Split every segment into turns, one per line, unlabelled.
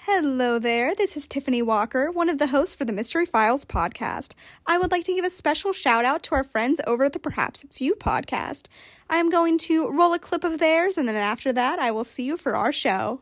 Hello there. This is Tiffany Walker, one of the hosts for the Mystery Files podcast. I would like to give a special shout out to our friends over at the Perhaps It's You podcast. I am going to roll a clip of theirs, and then after that, I will see you for our show.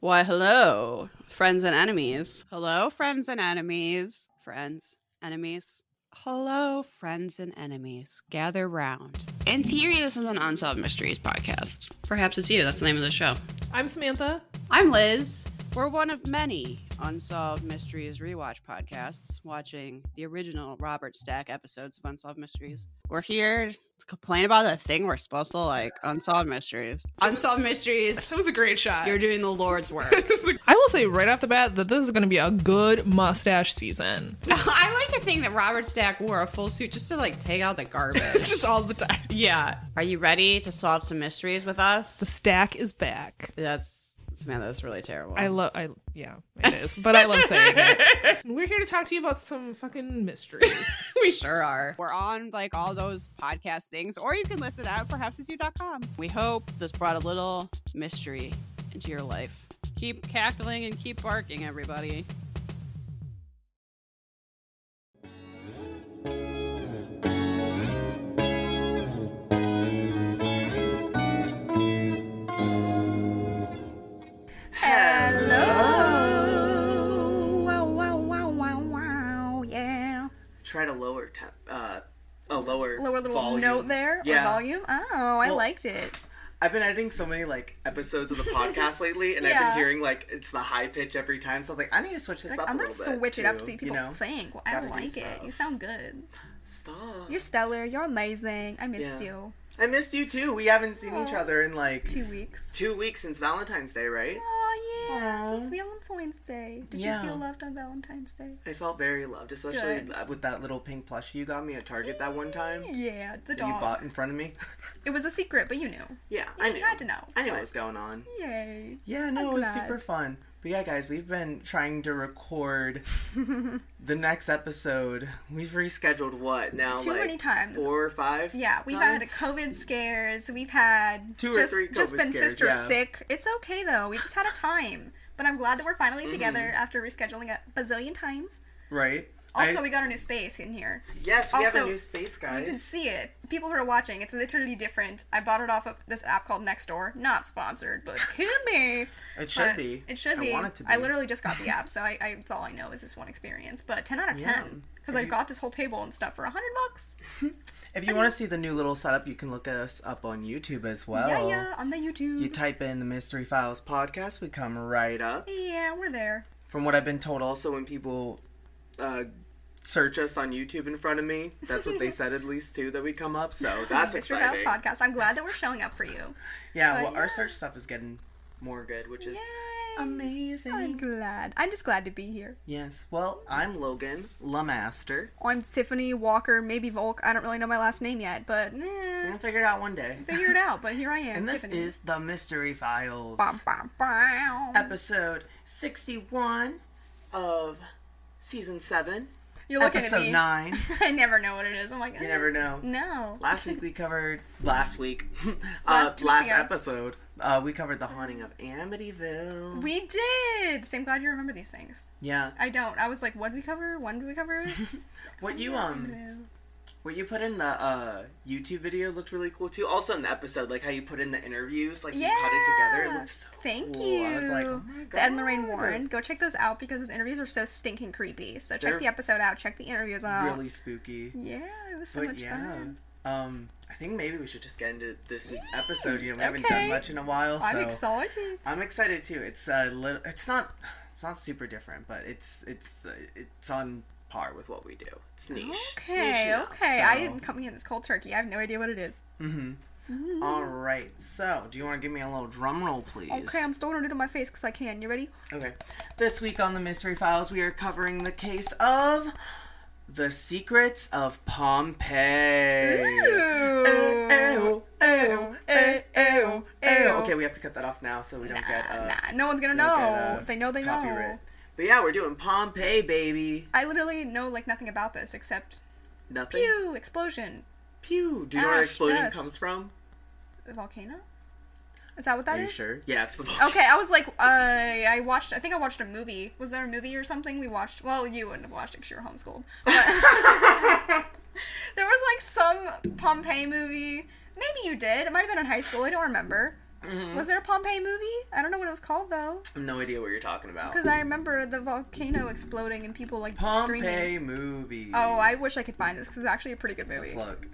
Why, hello, friends and enemies. Hello, friends and enemies. Friends, enemies. Hello, friends and enemies. Gather round. In theory, this is an Unsolved Mysteries podcast. Perhaps it's you. That's the name of the show.
I'm Samantha.
I'm Liz. We're one of many Unsolved Mysteries rewatch podcasts watching the original Robert Stack episodes of Unsolved Mysteries. We're here to complain about the thing we're supposed to like Unsolved Mysteries. Unsolved Mysteries,
That was a great shot.
you're doing the Lord's work.
I will say right off the bat that this is going to be a good mustache season.
I like to think that Robert Stack wore a full suit just to like take out the garbage.
Just all the time.
yeah. Are you ready to solve some mysteries with us?
The stack is back.
That's Samantha. That's really terrible.
I love, I yeah, it is, but I love saying it. We're here to talk to you about some fucking mysteries.
we sure are. We're on like all those podcast things, or you can listen at perhapsisyou.com. We hope this brought a little mystery into your life. Keep cackling and keep barking, everybody.
Hello. Wow, wow, wow, wow, wow. Yeah.
try to lower t- uh, a lower
Lower little
volume.
note there
Yeah,
or volume. Oh, I
Well-
liked it.
I've been editing so many like episodes of the podcast lately, and I've
Yeah.
been hearing like it's the high pitch every time. So I'm like, I need to switch this
Like,
up.
I'm
a
gonna
little bit,
switch it up
too,
so people
you know?
think. Well, I
Gotta do
like it.
stuff.
You sound good.
Stop.
You're stellar. You're amazing. I missed
Yeah.
you.
I missed you too. We haven't seen each
Aw.
other in like
Two weeks.
two weeks since Valentine's Day, right?
Oh yeah,
Aw.
since Valentine's Day. Did
Yeah.
you feel loved on Valentine's Day?
I felt very loved, especially
Good.
with that little pink plushie you got me at Target that one time.
Yeah, the
that You
dog.
bought in front of me.
It was a secret, but you knew.
yeah, I
You
knew.
had to know.
I knew
but-
what was going on.
Yay.
Yeah, no, it was
glad.
super fun. But yeah, guys, we've been trying to record the next episode. We've rescheduled what now?
Too
like,
many times.
Four or five.
Yeah, we've had
times?
COVID scares. We've had
Two or
just,
three
just
COVID
been
scares,
sister
yeah.
sick. It's okay though. We just had a time. But I'm glad that we're finally
Mm-hmm.
together after rescheduling a bazillion times.
right.
Also,
I-
we got our new space in here.
yes, we have
also,
a new space,
You can
guys.
see it. People who are watching, it's literally different. I bought it off of this app called Nextdoor. Not sponsored, but could be.
It should
But
be.
It should be.
I want it to be.
I literally just got the app, so I, I it's all I know is this one experience. But ten out of
Yeah.
ten because
If
I
you-
got this whole table and stuff for a hundred bucks.
If you want to see the new little setup, you can look us up on YouTube as well.
Yeah, yeah, on the YouTube.
Oh. You type in the Mystery Files podcast, we come right up.
yeah, we're there.
From what I've been told, also when people uh, search us on YouTube in front of me, that's what they said at least too that we come up. So that's
Mystery House
exciting.
podcast. I'm glad that we're showing up for you.
Yeah,
But
well,
yeah.
our search stuff is getting more good, which is
Yay!
amazing.
I'm glad. I'm just glad to be here.
Yes. Well, I'm Logan Lamaster.
I'm Tiffany Walker, maybe Volk. I don't really know my last name yet, but
We're
eh,
gonna figure it out one day.
figure it out. But here I am.
And this
Tiffany.
is the Mystery Files,
Bow, bow, bow.
episode 61 of season seven,
You're looking at
episode
me.
nine.
I never know what it is. I'm like,
You never know.
No.
Last week we covered last week,
Last
uh,
two weeks
last
ago.
episode uh, we covered the haunting of Amityville.
We did. So I'm glad you remember these things.
Yeah.
I don't. I was like, what did we cover? When did we cover Uh, it?
What you um What you put in the uh, YouTube video looked really cool too. Also in the episode, like how you put in the interviews, like you cut it together. It looked so
Thank
cool.
you.
I was like, oh my god.
The Ed and Lorraine Warren. Go check those out because those interviews are so stinking creepy. So check
They're
the episode out. Check the interviews out.
Really spooky.
Yeah, it was so
but
much
yeah.
fun.
Um, I think maybe we should just get into this week's
Yay.
episode. You know, we haven't
Okay.
done much in a while, so
I'm excited.
I'm excited too. It's a little. It's not. It's not super different, but it's it's uh, it's on par with what we do. It's niche. It's niche
Okay,
enough,
okay. I
so-
didn't come in this cold turkey. I have no idea what it is.
All right. So, do you want to give me a little drum roll, please?
Okay, Oh, I'm throwing it into my face because I can. You ready?
Okay. This week on the Mystery Files, we are covering the case of the secrets of Pompeii. Ew, ew, ew,
Eh,
ew, Eh, ew, ew. Okay, we have to cut that off now so we don't get uh,
nah, no one's gonna
don't
know.
get, uh,
they know they
copyright.
know.
But yeah, we're doing Pompeii, baby.
I literally know like nothing about this except
Nothing.
pew explosion
Pew. Do you know where
Ash,
explosion
dust.
comes from?
volcano. Is that what that
Are
is?
you sure? Yeah, it's the vulture.
Okay, I was like, uh, I watched. I think I watched a movie. Was there a movie or something we watched? Well, you wouldn't have watched it because you were homeschooled. But there was like some Pompeii movie. Maybe you did. It might have been in high school. I don't remember.
Mm-hmm.
Was there a Pompeii movie? I don't know what it was called though,
I have no idea what you're talking about.
because I remember the volcano exploding and people like screaming.
Pompeii movie.
Oh, I wish I could find this because it's actually a pretty good movie.
Let's look.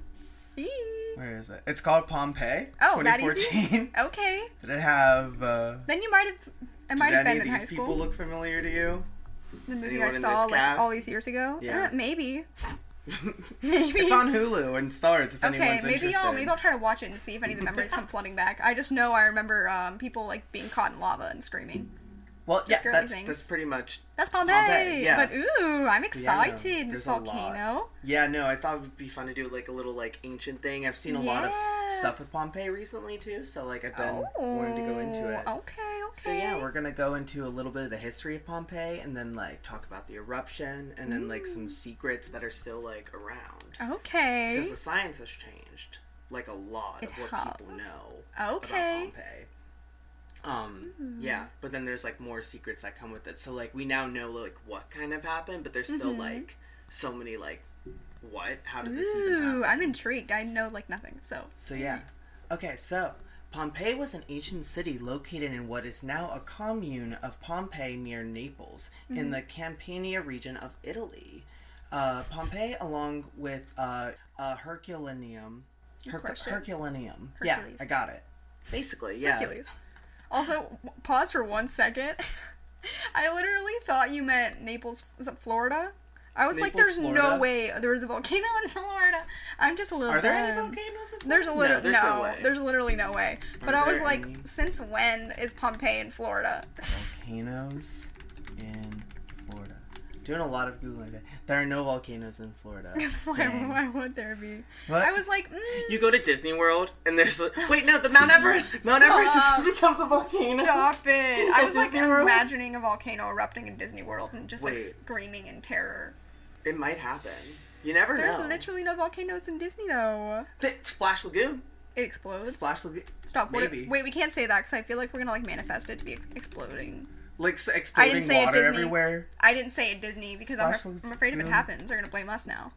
Eee.
Where is it? It's called Pompeii.
Oh, that easy?
2014.
Okay,
Did it have? Uh,
then you might have. I might
did
have
any
been
of
in high
these people
school.
look familiar to you?
the movie
anyone
I
in
saw
this
like all
cast?
these years ago.
Yeah.
Uh, maybe. Maybe.
it's on Hulu and Stars if
Okay,
anyone's
maybe
interested.
I'll maybe I'll try to watch it and see if any of the memories come flooding back. I just know I remember um, people like being caught in lava and screaming.
Well, yeah,
Discovery
that's
Things.
that's pretty much.
That's Pompeii.
Pompeii, yeah.
But ooh, I'm excited.
there's
this
a lot.
volcano.
Yeah, no, I thought it would be fun to do like a little like ancient thing. I've seen a lot of s-
Yeah.
stuff with Pompeii recently too, so like I've been
Oh,
wanting to go into it.
Okay, Oh, okay.
So yeah, we're gonna go into a little bit of the history of Pompeii and then like talk about the eruption and then like
Mm.
some secrets that are still like around because
okay.
the science has changed like a lot
It
of what people
has.
know
Okay. Hmm.
about Pompeii. Um, yeah, but then there's like more secrets that come with it. So like we now know like what kind of happened, but there's still
Mm-hmm.
like so many like what? How did this even happen?
Ooh, I'm intrigued. I know like nothing. So
So yeah. Okay, so Pompeii was an ancient city located in what is now a commune of Pompeii near Naples
Mm-hmm.
in the Campania region of Italy. Uh, Pompeii, along with uh, uh, Herculaneum, Hercu-
question.
Herculaneum.
Hercules.
Yeah, I got it. Basically, yeah.
Hercules. Also, w- pause for one second. I literally thought you meant Naples, is it Florida? I was like,
Naples,
there's no
Florida?
way there was a volcano in Florida. I'm just a little.
Are there any
dumb.
volcanoes? in
There's a
Florida?
little
No, there's no, way.
there's literally no way. But
Are
I was
there
like,
any?
since when is Pompeii in Florida?
volcanoes in Florida. Doing a lot of googling. today. There are no volcanoes in Florida.
why,
Dang.
why would there be?
What?
I was like, mm,
You go to Disney World and there's a- wait no the Mount Everest Mount Everest
Stop.
is, becomes a volcano.
stop it. I
At
was like
Disney World?
imagining a volcano erupting in Disney World and just like
Wait.
screaming in terror.
It might happen. You never
There's
know.
literally no volcanoes in Disney though.
Th- Splash Lagoon.
It explodes.
Splash Lagoon.
Stop. What
Maybe.
wait, we can't say that because I feel like we're gonna like manifest it to be ex- exploding.
Like s-
I
exploding
didn't say it
water
Disney.
everywhere.
I didn't say it Disney because I'm,
Splash
I'm afraid if it
Lagoon.
happens, they're gonna blame us now.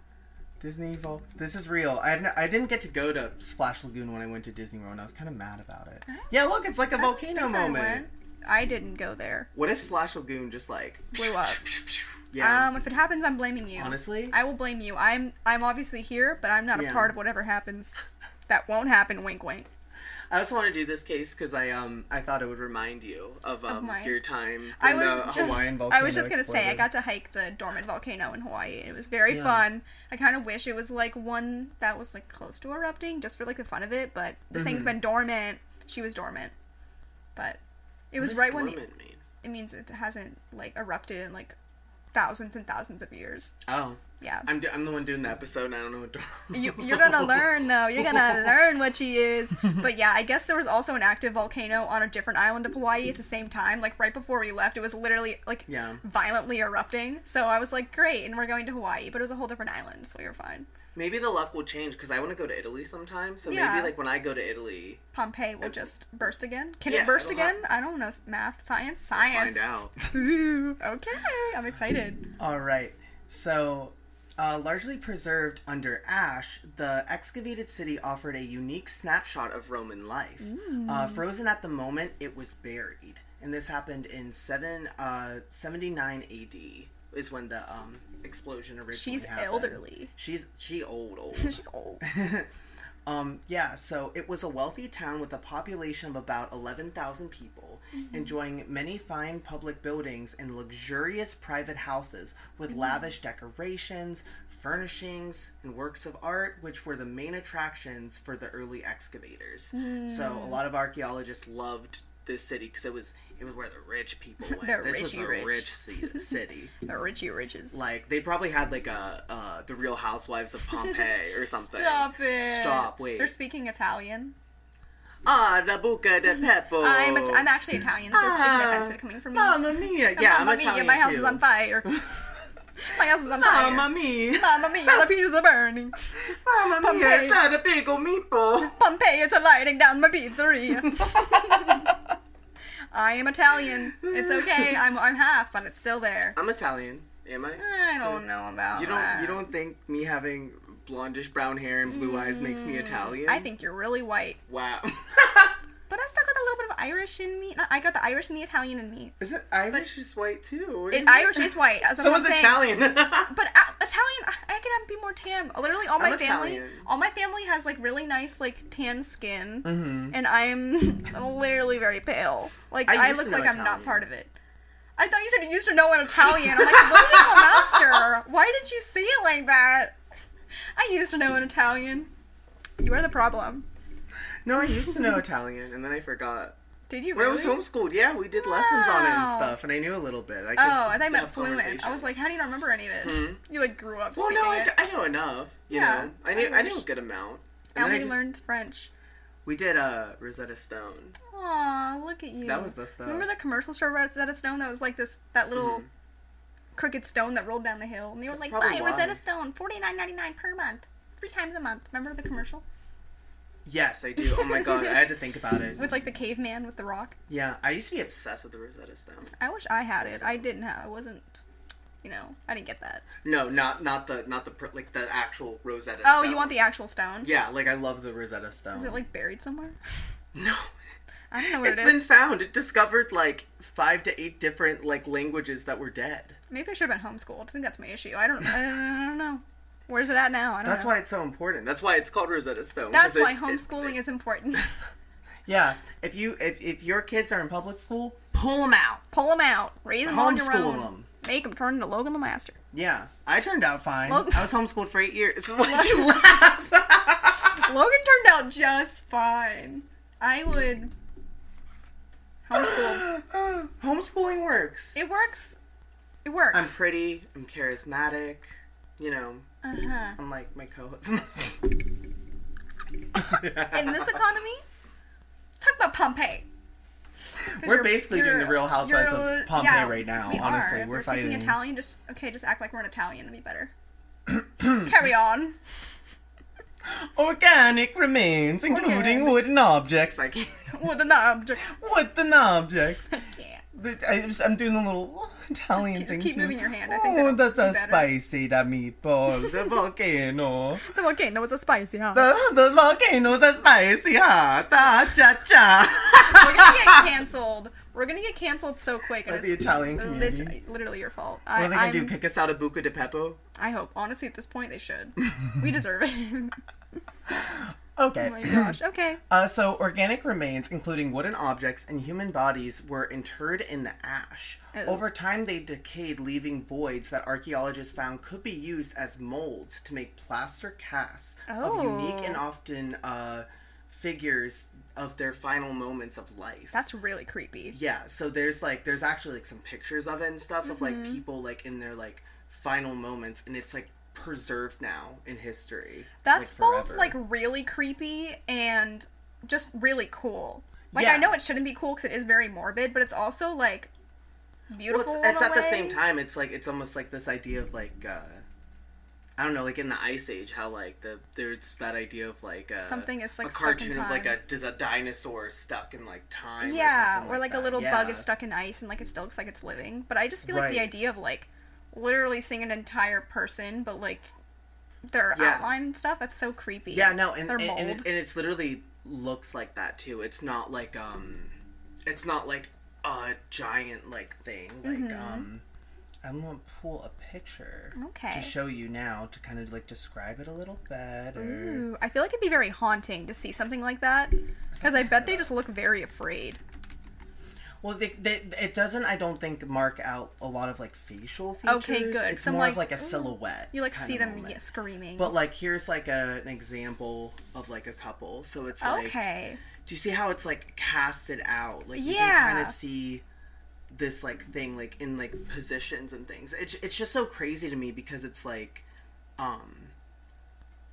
Disney Vol. This is real. I have no, I didn't get to go to Splash Lagoon when I went to Disney World. and I was kind of mad about it. Yeah, look, it's like a volcano
I
moment.
went. I didn't go there.
What if Splash Lagoon just like
Blew up.
Yeah.
Um, if it happens, I'm blaming you.
Honestly?
I will blame you. I'm I'm obviously here, but I'm not a
Yeah.
part of whatever happens. That won't happen. Wink, wink.
I just want to do this case because I um I thought it would remind you of um
mine.
your time
I
when the
was, just,
Hawaiian volcano
I was just gonna say I
exploded.
got to hike the dormant volcano in Hawaii. It was very
Yeah.
fun. I kind of wish it was like one that was like close to erupting, just for like the fun of it. But this
Mm-hmm.
thing's been dormant. She was dormant, but it was
What does
right when the,
dormant mean?
it means it hasn't like erupted in like thousands and thousands of years.
Oh,
Yeah,
I'm, do- I'm the one doing the episode. And I don't know what dormant.
you, you're gonna learn though. You're gonna learn what she is. But yeah, I guess there was also an active volcano on a different island of Hawaii at the same time. Like right before we left, it was literally like
Yeah.
violently erupting. So I was like, great, and we're going to Hawaii, but it was a whole different island, so we were fine.
Maybe the luck will change because I want to go to Italy sometime. So
Yeah.
maybe like when I go to Italy,
Pompeii will just burst again. Can
Yeah,
it burst
it'll hap-
again? I don't know math, science, science.
find out.
Ooh, okay, I'm excited.
All right. So, uh, largely preserved under ash, the excavated city offered a unique snapshot of Roman life. Uh,
Mm.
frozen at the moment, it was buried, and this happened in seven uh, seventy nine A.D. is when the um, explosion originally.
She's
happened.
elderly.
She's she old old.
She's old.
Um, yeah, so it was a wealthy town with a population of about 11,000 people,
Mm-hmm.
enjoying many fine public buildings and luxurious private houses with
Mm-hmm.
lavish decorations, furnishings, and works of art, which were the main attractions for the early excavators. So a
Mm.
lot of archaeologists loved this city because it was it was where the rich people went.
The
this was
richy
the
rich.
rich ci- city.
Richie Riches.
Like they probably had like a uh, the Real Housewives of Pompeii or something.
Stop it.
Stop. Wait.
They're speaking Italian.
Ah, the buca de Pepo.
Mm-hmm. Ah, I'm i I'm actually Italian, so this isn't
Oh. Ah.
offensive coming from me.
Mamma mia. Yeah,
Mamma
I'm Italian
mia, my house
too.
is on fire. My house is on fire.
Mamma mia.
Mamma mia, the pizza burning.
Mamma mia,
Pompeii.
is that a big old meatball?
Pompeii, it's a lighting down my pizzeria. I am Italian. It's okay. I'm, I'm half, but it's still there.
I'm Italian, am I?
I don't know about
You don't
that.
you don't think me having blondish brown hair and blue eyes makes me Italian?
Mm, I think you're really white.
Wow.
But I still got a little bit of Irish in me. No, I got the Irish and the Italian in me.
is it Irish is white too? What do
It,
you-
Irish is white. That's what
So
I'm
is
saying.
Italian.
But uh, Italian, I- I could have- be more tan. Literally, all my
I'm
family,
Italian.
all my family has like really nice like tan skin,
Mhm.
and I'm literally very pale. Like
I
I,
used to
look
know
like I'm not
Italian.
part of it. I thought you said you used to know an Italian. I'm like, William Monster. Why did you say it like that? I used to know an Italian. You are the problem.
no, I used to know Italian and then I forgot.
Did you
When
really?
I was homeschooled, yeah, we did lessons on it and
Wow.
stuff, and I knew a little bit. I could
Oh, and I meant
have
fluent. I was
conversations.
like, how do you not remember any of it? You like grew up.
Hmm? well, no,
speaking
I,
it.
I know enough. You
Yeah,
know, I knew I,
I
knew a
wish.
good amount.
and
then I
we
just-
learned French.
We did uh, Rosetta Stone.
Aw, look at you.
That was the stuff.
Remember the commercials for Rosetta Stone? That was like this that little crooked stone that rolled down the hill, and they were
That's
like,
Mm-hmm. probably
"Buy
why.
Rosetta Stone, forty nine ninety nine per month, three times a month." Remember the commercial
Yes, I do. Oh my god, I had to think about it.
with like the caveman with the rock?
Yeah, I used to be obsessed with the Rosetta Stone.
I wish I had it. I didn't have. I wasn't. You know, I didn't get that.
No, not not the not the pr- like the actual Rosetta.
Oh,
Stone.
you want the actual stone?
Yeah, like I love the Rosetta Stone.
Is it like buried somewhere?
no?
I don't know where
It's
it
been
is.
found. It discovered like five to eight different like languages that were dead.
Maybe I should have been homeschooled. I think that's my issue. I don't. I don't know. Where's it at now? I don't
That's
know.
why it's so important. That's why it's called Rosetta Stone.
That's
'cause it-
why
it-
homeschooling is important.
yeah, if you if if your kids are in public school, pull them out.
Pull them out. Raise them on your
Homeschool
own.
them.
Make them turn into Logan the Master.
Yeah, I turned out fine.
Look-
I was homeschooled for eight years. Why'd you laugh?
Logan turned out just fine. I would homeschool.
Homeschooling works.
It works. It works.
I'm pretty. I'm charismatic. You know,
uh-huh.
I'm like my co-host.
In this economy, talk about Pompeii. 'Cause
We're
you're-
basically
you're-
doing the Real Housewives of
you're-
Pompeii right now,
we
honestly.
are. If
We're
we're speaking
fighting-
Italian. Just okay. Just act like we're an Italian. It'd be better. Carry on.
Organic remains,
Organic.
wooden objects. I can't.
With an object.
Wooden objects.
Yeah.
I just, I'm doing a little Italian Oh,
Just keep- just keep moving your hand. I think that'll be better.
spicy that meatball. The volcano.
The volcano was a spicy, huh?
The, the volcano's a spicy hot. Ah, cha cha.
We're gonna get canceled. We're gonna get canceled so quick. And
By the
it's
Italian
lit-
community.
literally your fault.
What
I,
are they gonna
I'm-
do? Kick us out of Buca de Pepo?
I hope. Honestly, at this point, they should. We deserve it.
Okay.
oh my gosh. Okay.
Uh, so, organic remains, including wooden objects and human bodies, were interred in the ash.
Oh.
Over time, they decayed, leaving voids that archaeologists found could be used as molds to make plaster casts of unique and
Oh.
often uh, figures of their final moments of life.
That's really creepy.
yeah. So there's like there's actually like some pictures of it and stuff of like
Mm-hmm.
people like in their like final moments, and it's like preserved now in history.
That's
like,
both
forever.
like really creepy and just really cool. Like
Yeah.
I know it shouldn't be cool because it is very morbid, but it's also like
Well,
beautiful.
it's,
in
it's
a
at the same
way.
time. It's like it's almost like this idea of like uh, I don't know, like in the Ice Age, how like the there's that idea of like uh,
Something is, like,
a
stuck in
cartoon of like a
time.
does a dinosaur stuck in like time.
Yeah,
something
or like, a
that.
little
Yeah.
bug is stuck in ice and like it still looks like it's living. But I just feel like the
Right.
idea of like literally seeing an entire person, but like their
Yeah.
outline and stuff, that's so creepy.
Yeah, no, and
Their
and, and, it,
mold.
and it's literally looks like that too. It's not like um, it's not like a giant like thing like
Mm-hmm.
um. I'm gonna pull a picture
Okay.
to show you now to kind of like describe it a little better.
Ooh, I feel like it'd be very haunting to see something like that. Because I bet they just look very afraid.
Well, they, they, it doesn't. I don't think mark out a lot of like facial features.
Okay, good,
It's
'cause I'm
more of
like,
like a
"Ooh."
silhouette.
You like
kind
see
of
them
moment.
yeah, screaming.
But like here's like a, an example of like a couple. So it's like,
okay.
do you see how it's like casted out? Like you
Yeah.
can kind of see this like thing like in like positions and things. It's it's just so crazy to me because it's like, um,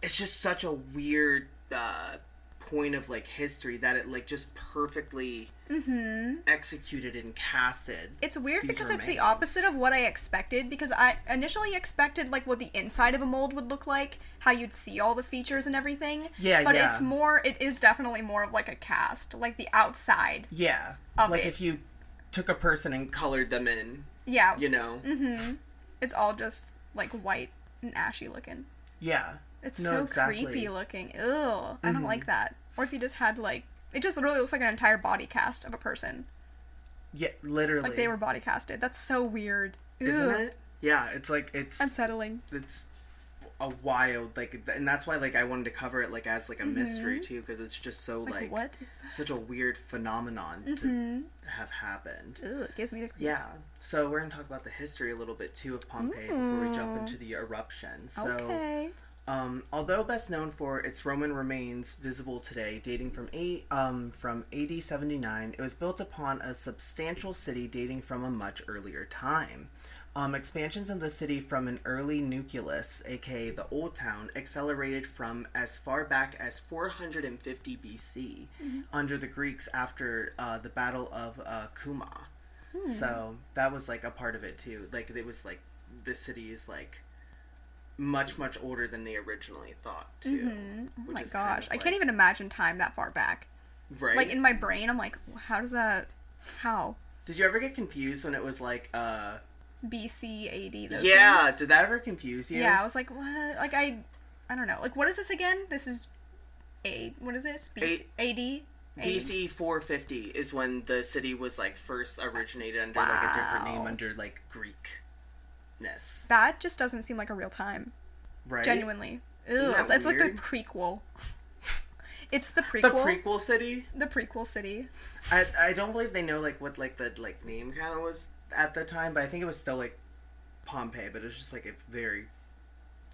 it's just such a weird uh, point of like history that it like just perfectly
Mm-hmm.
executed and casted.
It's weird
These
because it's the
remains.
opposite of what I expected because I initially expected like what the inside of a mold would look like, how you'd see all the features and everything.
Yeah,
But
yeah.
it's more it is definitely more of like a cast, like the outside.
Yeah.
Of
like
it.
if you took a person and colored them in,
Yeah.
you know.
Mhm. It's all just like white and ashy looking.
Yeah.
It's
No,
so
exactly. Mm-hmm.
creepy looking. Ew. I don't like that. Or if you just had like it just literally looks like an entire body cast of a person.
Yeah, literally.
Like they were body casted. That's so weird.
Isn't
Ew.
it? Yeah, it's like it's
Unsettling.
it's a wild like th- and that's why like I wanted to cover it like as like a mystery too because it's just so like,
Mm-hmm. Like, what is that?
such a weird phenomenon
Hmm.
to have happened.
Ew, it gives me the creeps.
Yeah. So we're going to talk about the history a little bit too of Pompeii before we jump
Ooh.
into the eruption. So
Mm. okay.
Um, although best known for its Roman remains visible today, dating from eight, um, from AD 79, it was built upon a substantial city dating from a much earlier time. Um, expansions of the city from an early nucleus, aka the Old Town, accelerated from as far back as 450 BC under the Greeks after uh, the Battle of uh, Cuma.
Hmm.
So that was like a part of it too. Like it was like the city is like much much older than they originally thought too.
Oh
which
my
is
gosh,
kind of,
I
like-
can't even imagine time that far back.
Right.
Like in my brain, I'm like, how does that? How
Did you ever get confused when it was like uh
BC AD? Those
Yeah,
things?
did that ever confuse you?
yeah. I was like, what? Like I, I don't know. Like what is this again? This is A. What is this? BC, AD.
BC 450 is when the city was like first originated under like a different name
Wow.
under like Greekness.
That just doesn't seem like a real time.
Right?
Genuinely. Ew,
that
it's, it's like the
weird?
prequel. it's the
The
prequel.
prequel city?
the prequel city.
I, I don't believe they know like what like the like name kind of was at the time, but I think it was still like Pompeii, but it was just like a very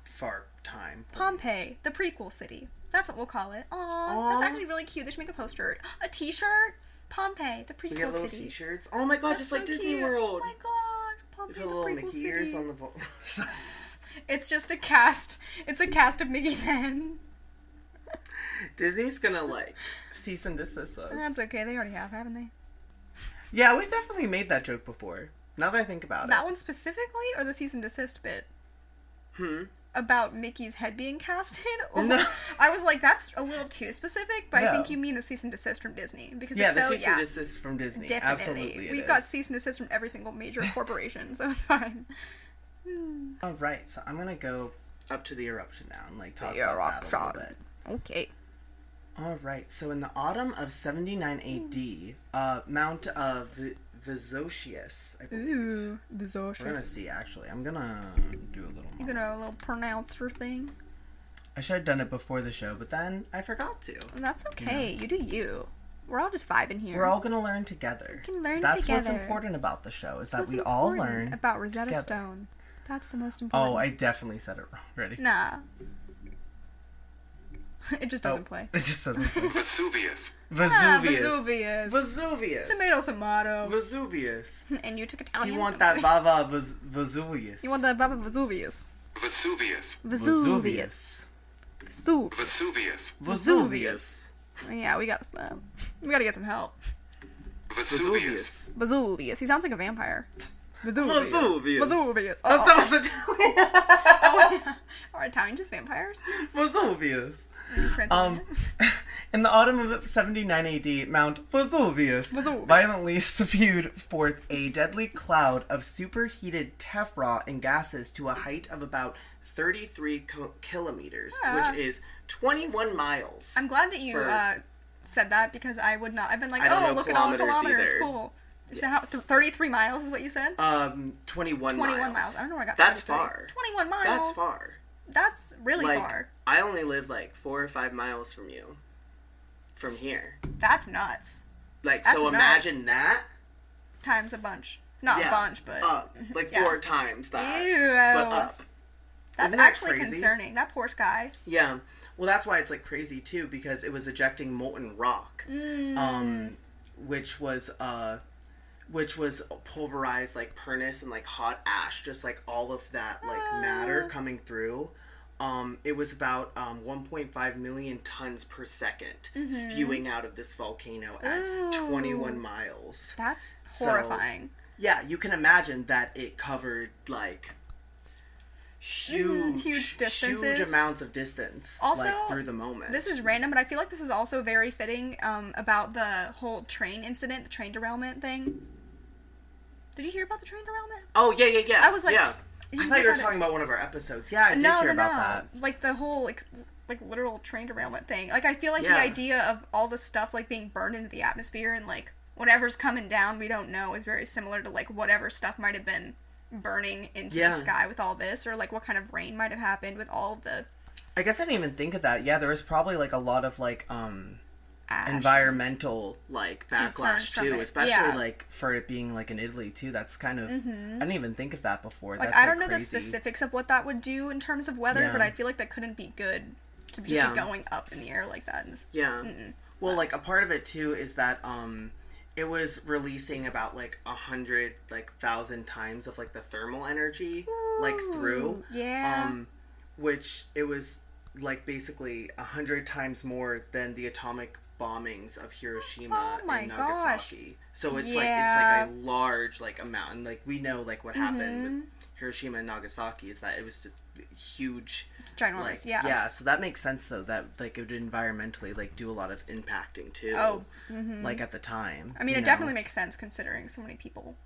far time.
Pompeii, the prequel city. That's what we'll call it. Aww,
Aw.
that's actually really cute. They should make a poster, a T-shirt. Pompeii, the
We got
prequel
little
city.
T-shirts. Oh my god,
That's
just
so
like Disney
cute.
World.
Oh my gosh,
We
Pompeii,
put
the
little
prequel
Mickey
city.
ears on the. Vo-
It's just a cast. It's a cast of Mickey's hen.
Disney's gonna like cease and desist us.
That's okay. They already have, haven't they?
Yeah, we've definitely made that joke before. Now that I think about
That one specifically, or the cease and desist bit
it. Hmm.
about Mickey's head being casted? Or-
No.
I was like, that's a little too specific, but I think
No.
you mean the cease and desist from Disney because
Yeah,
if
the
so,
cease
yeah.
and desist from Disney.
Definitely.
Absolutely, it
We've got
is.
cease and desist from every single major corporation, so it's fine.
All right, so I'm gonna go up to the eruption now and like talk about that a little bit.
Okay.
All right. So in the autumn of 79 AD,
Hmm.
uh, Mount uh, v- Vesuvius. I believe.
Ooh, the
We're gonna
Zosha.
see. Actually, I'm gonna do a little.
You
More.
gonna a little pronouncer thing?
I should have done it before the show, but then I forgot to.
That's okay. You do you. We're all just vibing here.
We're all gonna learn together.
Hmm. We can learn
That's what's
together.
important about the show is that
What's
we all
important
learn.
about Rosetta
together.
Stone. That's the most important.
Oh, I definitely said it wrong. Ready?
nah. it just doesn't
Oh,
play.
It just doesn't. play.
Vesuvius.
Ah,
Vesuvius.
Vesuvius.
Vesuvius.
Tomato, tomato.
Vesuvius.
and you took Italian.
You want
from
that
me.
Bava Ves- Vesuvius.
You want that Baba Vesuvius.
Vesuvius.
Vesuvius. Vesuvius.
Vesuvius.
Vesuvius.
Yeah, we gotta stop. We gotta get some help.
Vesuvius.
Vesuvius.
Vesuvius. He sounds like a vampire. Vesuvius.
Vesuvius.
Vesuvius.
I
Oh,
thought it
oh, yeah. Are Italian just vampires?
was Vesuvius. Um,
Transylvania?
in the autumn of 79 AD, Mount Vesuvius,
Vesuvius.
violently spewed forth a deadly cloud of superheated tephra and gases to a height of about 33 co- kilometers,
Ah.
which is 21 miles.
I'm glad that you
for-
uh, said that because I would not. I've been like,
I don't
oh,
know
look at all the
kilometers
kilometers.
either.
Cool. So how, th- 33 miles is what you said?
um, 21,
21
miles.
miles. I don't know where I got
That's
33.
far.
21 miles.
That's far.
That's really
like
far.
I only live like four or five miles from you, from here.
That's nuts.
Like
That's
so,
nuts.
imagine that.
Times a bunch. Not
Yeah. Uh,
a bunch, but.
Up like
Yeah.
four times that,
Ew.
but up.
That's
Isn't that
actually
crazy?
concerning. That poor sky.
Yeah. Well, that's why it's like crazy too because it was ejecting molten rock,
Mm.
um, which was uh, which was
Ah.
pulverized like furnace and like hot ash, just like all of that like matter coming through. um, it was about um, 1.5 million tons per 2nd
Mm-hmm.
spewing out of this volcano at 21 miles.
That's
So-
horrifying.
Yeah, you can imagine that it covered like huge,
Mm-hmm, huge distances.
huge amounts of distance,
Also,
like through the moment.
This is random, but I feel like this is also very fitting um, about the whole train incident, the train derailment thing. Did you hear about the train derailment?
oh yeah, yeah, yeah.
I was like,
yeah.
you
I thought you were
got it.
talking about one of our episodes. Yeah, I did
no, no,
hear about
no.
that.
Like the whole like, like literal train derailment thing. Like I feel like the
Yeah.
idea of all the stuff like being burned into the atmosphere and like whatever's coming down we don't know is very similar to like whatever stuff might have been burning into
Yeah.
the sky with all this or like what kind of rain might have happened with all of the
I guess I didn't even think of that. Yeah, there was probably like a lot of like um
ash.
environmental like
Concerns
backlash
from
too,
it,
especially
yeah. Mm-hmm.
like for it being like in Italy too. That's kind of I didn't even think of that before.
like
That's,
I don't know the
crazy.
specifics of what that would do in terms of weather,
Yeah.
but I feel like that couldn't be good to just
Yeah. Um,
be going up in the air like that. And
Yeah. Well, like a part of it too is that um it was releasing about like a hundred like thousand times of like the thermal energy like through.
yeah.
Um which it was like basically a hundred times more than the atomic bombings of Hiroshima
Oh my
and
gosh.
Nagasaki. So it's like
Yeah.
it's like a large like amount and like we know like what happened
Mm-hmm.
with Hiroshima and Nagasaki is that it was just huge
ginormous,
like,
yeah.
so that makes sense though that like it would environmentally like do a lot of impacting too.
Oh,
like at the time.
I mean,
you
it
know?
definitely makes sense considering so many people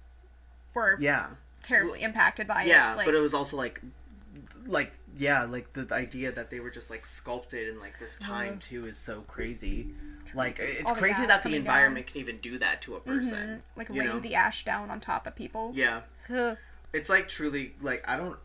were
Yeah,
terribly impacted by
yeah,
it. Like,
but it was also like, like yeah, like the idea that they were just like sculpted in like this time too is so crazy. Like it's
Uh-huh. All the
crazy
gas
that the
coming Mm-hmm.
environment can even do that to a person.
like
you
rained
know?
the ash down on top of people.
Yeah, it's like truly like I don't,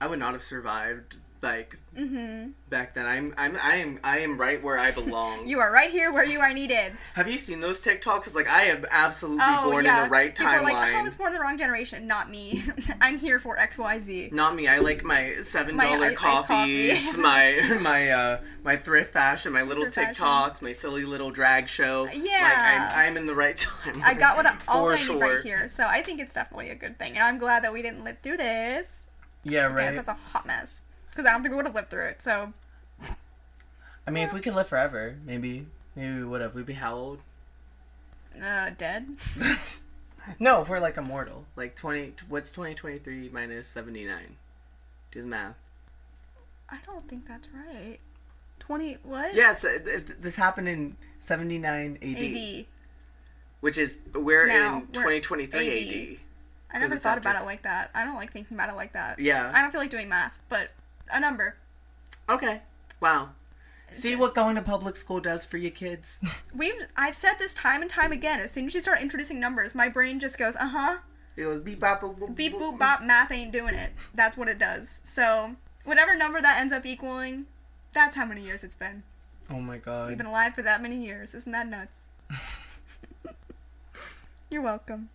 I would not have survived like
Mm-hmm.
back then. I'm I'm I am I am right where I belong.
You are right here where you are needed.
Have you seen those TikToks? It's like I am absolutely
Oh
born
yeah,
in the right
people are
timeline.
like, oh, I was born in the wrong generation. Not me. I'm here for X, Y, Z.
Not me. I like my seven
My i-
dollar
iced
coffees,
coffee.
my my uh my thrift fashion, my little
Thrift fashion.
TikToks, my silly little drag show.
Yeah.
like I'm, I'm in the right time.
I got what I, all
For
I need
sure.
right here, so I think it's definitely a good thing, and I'm glad that we didn't live through this.
Yeah, right.
Yes, that's a hot mess. Because I don't think we would have lived through it. So
I mean, if we could live forever, maybe maybe we would have. We'd be how old?
uh, dead.
no, if we're like immortal, like twenty. What's twenty twenty three minus seventy nine? Do the math.
I don't think that's right. Twenty what?
Yes, uh, th- th- this happened in seventy nine AD,
AD.
which is we're
Now,
in
we're
twenty twenty
AD.
three AD.
I
Because
never
it's
thought
after-
about it like that. I don't like thinking about it like that.
Yeah.
I don't feel like doing math, but a number.
Okay. Wow. See what going to public school does for your kids.
We've I've said this time and time again. As soon as you start introducing numbers, my brain just goes, uh huh.
It was beep bop boop boop,
Beep boop
boop.
bop. Math ain't doing it. That's what it does. So whatever number that ends up equaling, that's how many years it's been.
Oh my
We've
god.
been alive for that many years. Isn't that nuts? You're welcome.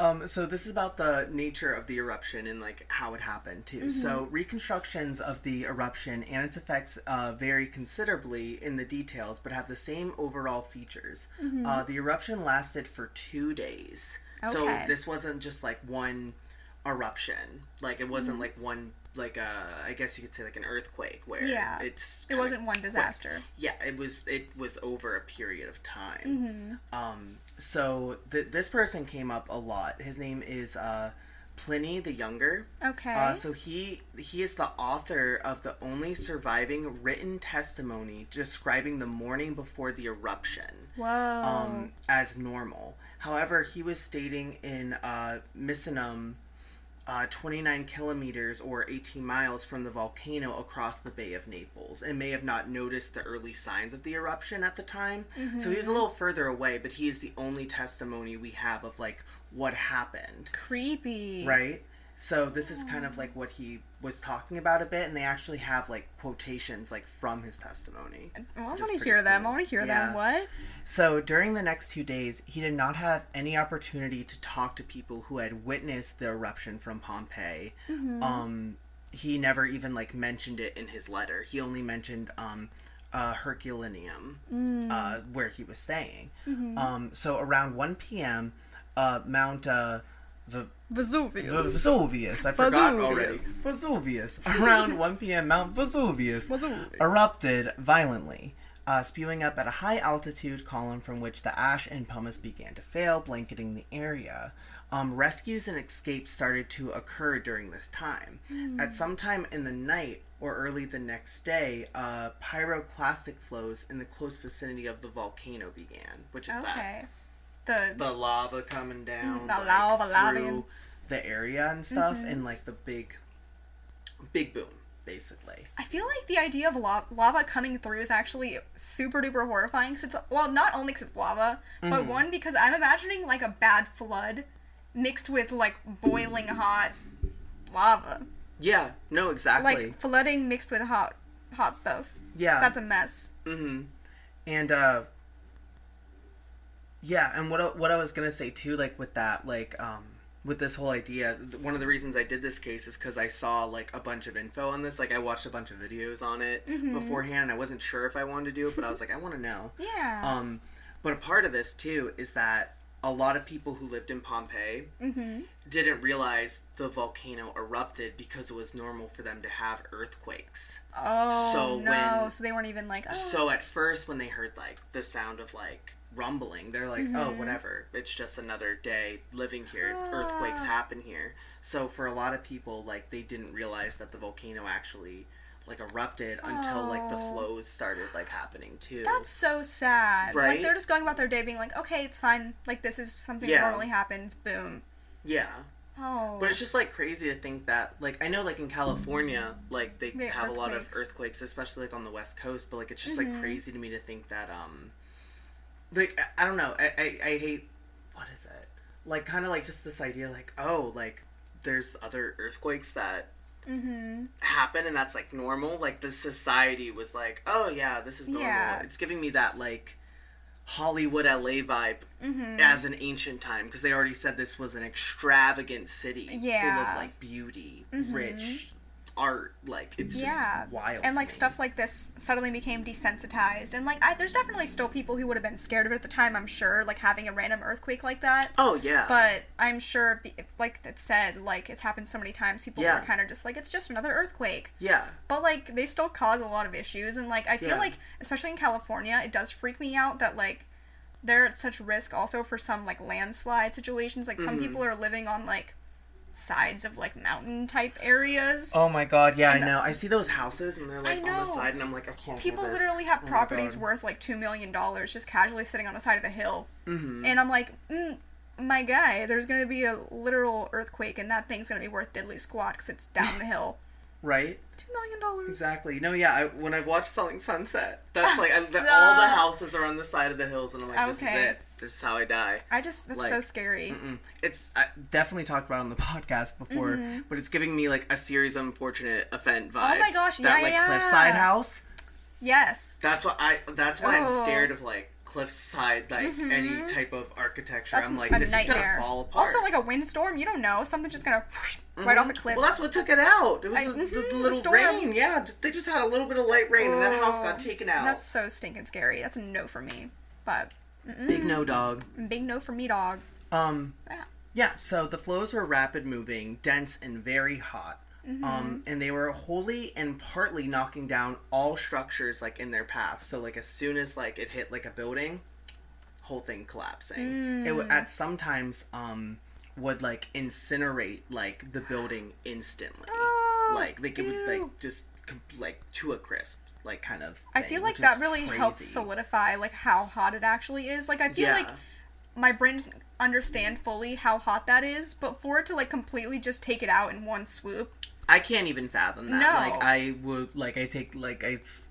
Um, so this is about the nature of the eruption and like how it happened too.
Mm-hmm.
So reconstructions of the eruption and its effects uh, vary considerably in the details, but have the same overall features.
Mm-hmm.
Uh, the eruption lasted for two days, so
Okay.
this wasn't just like one eruption. Like it
Mm-hmm.
wasn't like one like uh, I guess you could say like an earthquake where
Yeah.
it's
It
kinda
wasn't one disaster.
yeah it was it was over a period of time um so th- this person came up a lot his name is uh pliny the younger
Okay.
uh, so he he is the author of the only surviving written testimony describing the morning before the eruption
Whoa.
um, as normal. However, he was stating in uh, Misenum, uh, 29 kilometers or 18 miles from the volcano across the Bay of Naples, and may have not noticed the early signs of the eruption at the time. So he was a little further away, but he is the only testimony we have of like what happened.
Creepy.
Right. So this is kind of like what he was talking about a bit, and they actually have like quotations like from his testimony.
Well, Oh, I want
which
to
is pretty
hear them. I
cool.
want to hear
Yeah.
them. What?
So during the next two days, he did not have any opportunity to talk to people who had witnessed the eruption from Pompeii. Um, he never even like mentioned it in his letter. He only mentioned um, uh, Herculaneum, uh, where he was staying. Um, so around 1 p.m., uh, Mount uh, v- V-
Vesuvius.
Vesuvius. I forgot already.
Vesuvius.
Vesuvius. Around 1 p.m., Mount Vesuvius
Vesuvius.
erupted violently, uh, spewing up at a high altitude column from which the ash and pumice began to fail, blanketing the area. Um, rescues and escapes started to occur during this time.
Hmm.
At some time in the night or early the next day, uh, pyroclastic flows in the close vicinity of the volcano began, which is that
Okay. The,
the lava coming down
The
like,
lava Mm-hmm.
through
lavin'.
the area and stuff and like the big big boom basically
I feel like the idea of lava, lava coming through is actually super duper horrifying. 'cause it's well, not only because it's lava,
Mm.
but one because I'm imagining like a bad flood mixed with like boiling hot lava,
yeah no exactly Uh,
like flooding mixed with hot hot stuff.
yeah
That's a mess.
hmm and uh yeah and what I, what i was gonna say too like with that like um with this whole idea th- one of the reasons i did this case is because i saw like a bunch of info on this like i watched a bunch of videos on it
Mm-hmm.
beforehand and i wasn't sure if i wanted to do it but i was like i want to know
Yeah.
Um, but a part of this too is that a lot of people who lived in Pompeii
Mm-hmm.
didn't realize the volcano erupted because it was normal for them to have earthquakes.
oh
so
no!
when-
so they weren't even like. Oh.
So at first, when they heard like the sound of like rumbling, they're like, "Oh,
Mm-hmm.
whatever. It's just another day living here.
Ah.
Earthquakes happen here." So for a lot of people, like they didn't realize that the volcano actually like erupted until like the
Oh.
flows started like happening too.
That's so sad. Like
Right?
they're just going about their day, being like, "Okay, it's fine. Like this is something that
Yeah.
normally happens." Boom.
yeah.
Oh.
But it's just like crazy to think that like I know like in California like they
They have
have a lot of
earthquakes. Mm-hmm.
earthquakes especially like on the west coast but like it's just like crazy to me to think that um like I, I don't know I, I I hate what is it like kind of like just this idea like oh like there's other earthquakes that
mm-hmm.
happen and that's like normal like the society was like oh yeah this is normal
Yeah.
it's giving me that like Hollywood LA vibe
Mm-hmm.
as an ancient time because they already said this was an extravagant city full
Yeah. Mm-hmm.
of like beauty rich art like it's just
Yeah.
wild
and
to
like
me.
stuff like this suddenly became desensitized and like I, there's definitely still people who would have been scared of it at the time i'm sure like having a random earthquake like that
oh yeah
but i'm sure be- like it said like it's happened so many times people
Yeah.
were kind of just like it's just another earthquake
yeah
but like they still cause a lot of issues and like i feel
Yeah.
like especially in california it does freak me out that like they're at such risk also for some like landslide situations like
Mm-hmm.
some people are living on like sides of like mountain type areas
oh my god yeah
And-
I know I see those houses and they're like on
know.
the side and I'm like I can't
people
do this.
literally have
Oh my
properties
God.
worth like two million dollars just casually sitting on the side of a hill,
Mm-hmm.
and I'm like, mm, my guy, there's gonna be a literal earthquake, and that thing's gonna be worth diddly squat because it's down the hill.
right
Two million dollars.
exactly no yeah I, when I've watched Selling Sunset that's like and the, all the
Stop.
houses are on the side of the hills and I'm like this
Okay.
is it this is how I die
I just that's so
Like,
scary.
Mm-mm. It's I definitely talked about it on the podcast before, but it's giving me like a series of unfortunate event vibes.
Mm-hmm. Oh my gosh,
that
yeah,
like
yeah,
cliffside
yeah.
house.
Yes.
That's what I. That's why I'm
Oh. Mm-hmm.
scared of like cliffside, like any type of architecture.
That's
I'm like,
a
this is
nightmare.
gonna fall apart. Mm-hmm.
Also, like a windstorm, you don't know. Something's just gonna right off a cliff.
well, that's what took it out. It was
I-
the, the
mhm, the
little
storm.
rain. Yeah, j- they just had a little bit of light rain, and that house
Oh.
got taken out.
That's so stinking scary. That's a no for me. But mm.
big no dog.
big no for me, dog.
Um,
Yeah.
Yeah, so the flows were rapid moving, dense, and very hot.
Mm-hmm.
Um, and they were wholly and partly knocking down all structures like in their path. So like as soon as like it hit like a building, whole thing collapsing. It
Mm.
would at sometimes um would like incinerate like the building instantly.
Oh,
like like it would
ew.
like just com- like to a crisp like kind of.
I
thing,
feel like
which
that
is
really helps
crazy.
solidify like how hot it actually is. Like I feel
Yeah.
like my brain doesn't understand fully how hot that is, but for it to like completely just take it out in one swoop,
I can't even fathom that.
No.
Like I would like I take like I s-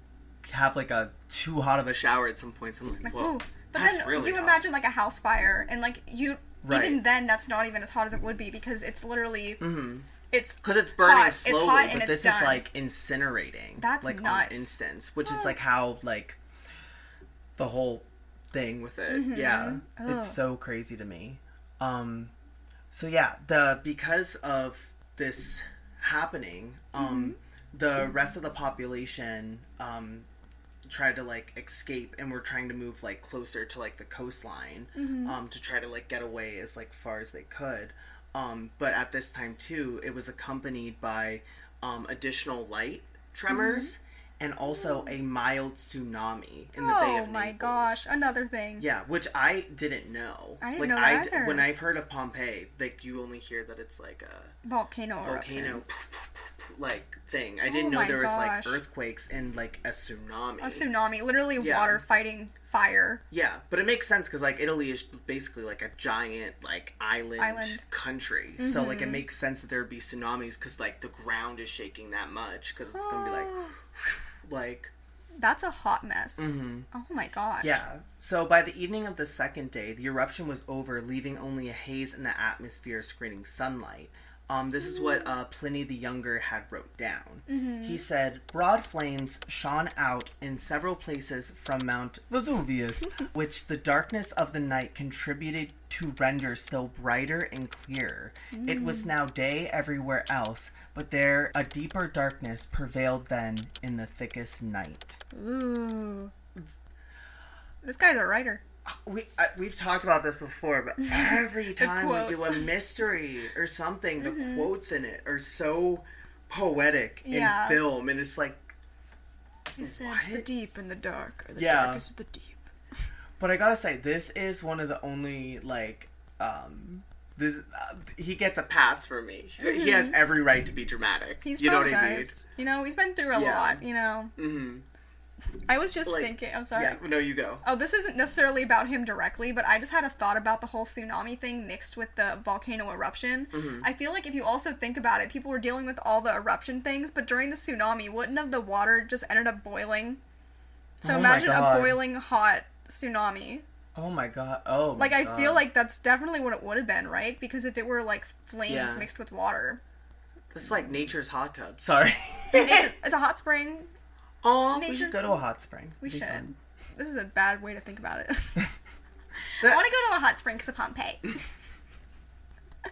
have like a too hot of a shower at some points. I'm like, whoa.
ooh. But
that's
then
really
you
hot.
imagine like a house fire and like you even
Right. Mm-hmm.
then that's not even as hot as it would be because it's literally it's
Because it's burning
hot. It's
slowly,
hot and
but
it's
this
done.
is like incinerating.
That's
like
nuts.
on instance, which is
Oh.
like how like the whole thing with it. Yeah,
Mm-hmm. Ugh.
it's so crazy to me. Um, so yeah, the because of this happening, um,
Mm-hmm.
the rest of the population um tried to like escape and were trying to move
Mm-hmm.
like closer to like the coastline um to try to like get away as like far as they could Um, but at this time too, it was accompanied by um, additional light tremors and also a mild tsunami in the Bay of
Mm-hmm. Oh my
Naples.
gosh, another thing.
Yeah, which I didn't know.
I didn't
like,
know
I
that
d-
either.
When I've heard of Pompeii, like you only hear that it's like a
Volcano eruption.
volcano, like thing. I didn't
Oh
know
my
there was
gosh.
like earthquakes and like a tsunami.
A tsunami, literally
Yeah.
water fighting fire.
Yeah, but it makes sense because like Italy is basically like a giant like island,
Island. Mm-hmm.
country, so like it makes sense that there would be tsunamis because like the ground is shaking that much because it's gonna be like
Oh.
like
That's a hot mess. Oh my gosh.
Mm-hmm. yeah. So by the evening of the second day, the eruption was over, leaving only a haze in the atmosphere screening sunlight. Um, this is what uh, Pliny the Younger had wrote down. He said, Broad flames shone out in several places from Mount Vesuvius, which the darkness of the night contributed to render still brighter and clearer. It was now day everywhere else, but there a deeper darkness prevailed then in the thickest night.
Ooh. Hmm. This guy's a writer.
we I, we've talked about this before, but every time we do a
Mm-hmm. quotes. Mm-hmm.
mystery or something, the quotes in it are so poetic
Yeah.
in film, and it's like,
He said, "The
What?
deep and the dark, or the
Yeah.
darkest of the deep."
but I gotta say, this is one of the only like, um, this uh, he gets a pass for me. He- He has every right to be dramatic.
Mm-hmm. He's
you know what I mean?
traumatized. You know, he's been through a
Yeah.
lot. You know,
Mm-hmm.
I was just
Like,
thinking. I'm sorry.
Yeah. No, you go.
Oh, this isn't necessarily about him directly, but I just had a thought about the whole tsunami thing mixed with the volcano eruption.
Mm-hmm.
I feel like if you also think about it, people were dealing with all the eruption things, but during the tsunami, wouldn't have the water just ended up boiling? So
Oh my
imagine a
God.
boiling hot tsunami.
Oh my god. Oh. my
Like I feel
God.
like that's definitely what it would have been, right? Because if it were like flames
Yeah.
mixed with water,
it's like nature's hot tub. Sorry.
Nature- it's a hot spring.
Oh, we should
Nature's-
go to a hot spring.
We
It'd be
should.
fun.
This is a bad way to think about it. I want to go to a hot spring because of Pompeii.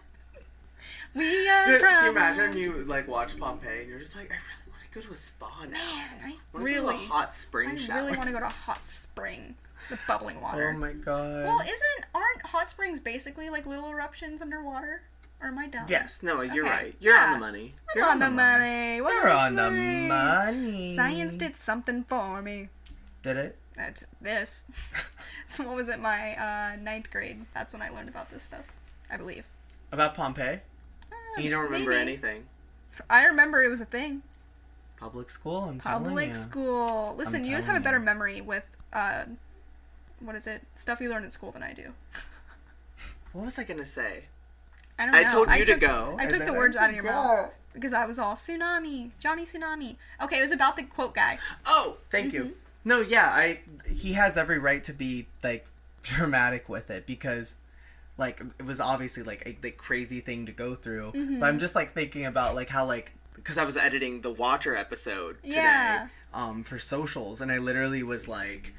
we are
Can
from.
you imagine you like watch Pompeii and you're just like, I really want to go to a spa now.
Man, I
I wanna go to
really,
a hot spring
I
shower.
really want to go to a hot spring with bubbling
oh
water.
my god.
well, isn't aren't hot springs basically like little eruptions underwater? Or am I dumb?
yes, no, you're
Okay.
right. You're on
Yeah.
the money.
I'm on, the money. What
You're
was
on the
mine?
money.
Science did something for me.
Did it?
That's this. what was it? My uh, ninth grade. That's when I learned about this stuff. I believe.
About Pompeii?
Uh,
You don't remember
maybe.
anything.
I remember it was a thing.
Public school. I'm telling
Public
you.
school. Listen, you just have
telling
a better
you.
memory with uh, what is it? Stuff you learn in school than I do.
What was I gonna say?
I don't know.
I told you to
took-
go,
I
and
took the
then I
words out of your
didn't
mouth because I was all tsunami, Johnny tsunami. Okay, it was about the quote guy.
Oh, thank you.
mm-hmm.
No, yeah, I. He has every right to be like dramatic with it because, like, it was obviously like a the crazy thing to go through.
Mm-hmm.
But I'm just like thinking about like how like because I was editing the Watcher episode today
Yeah.
um for socials, and I literally was like.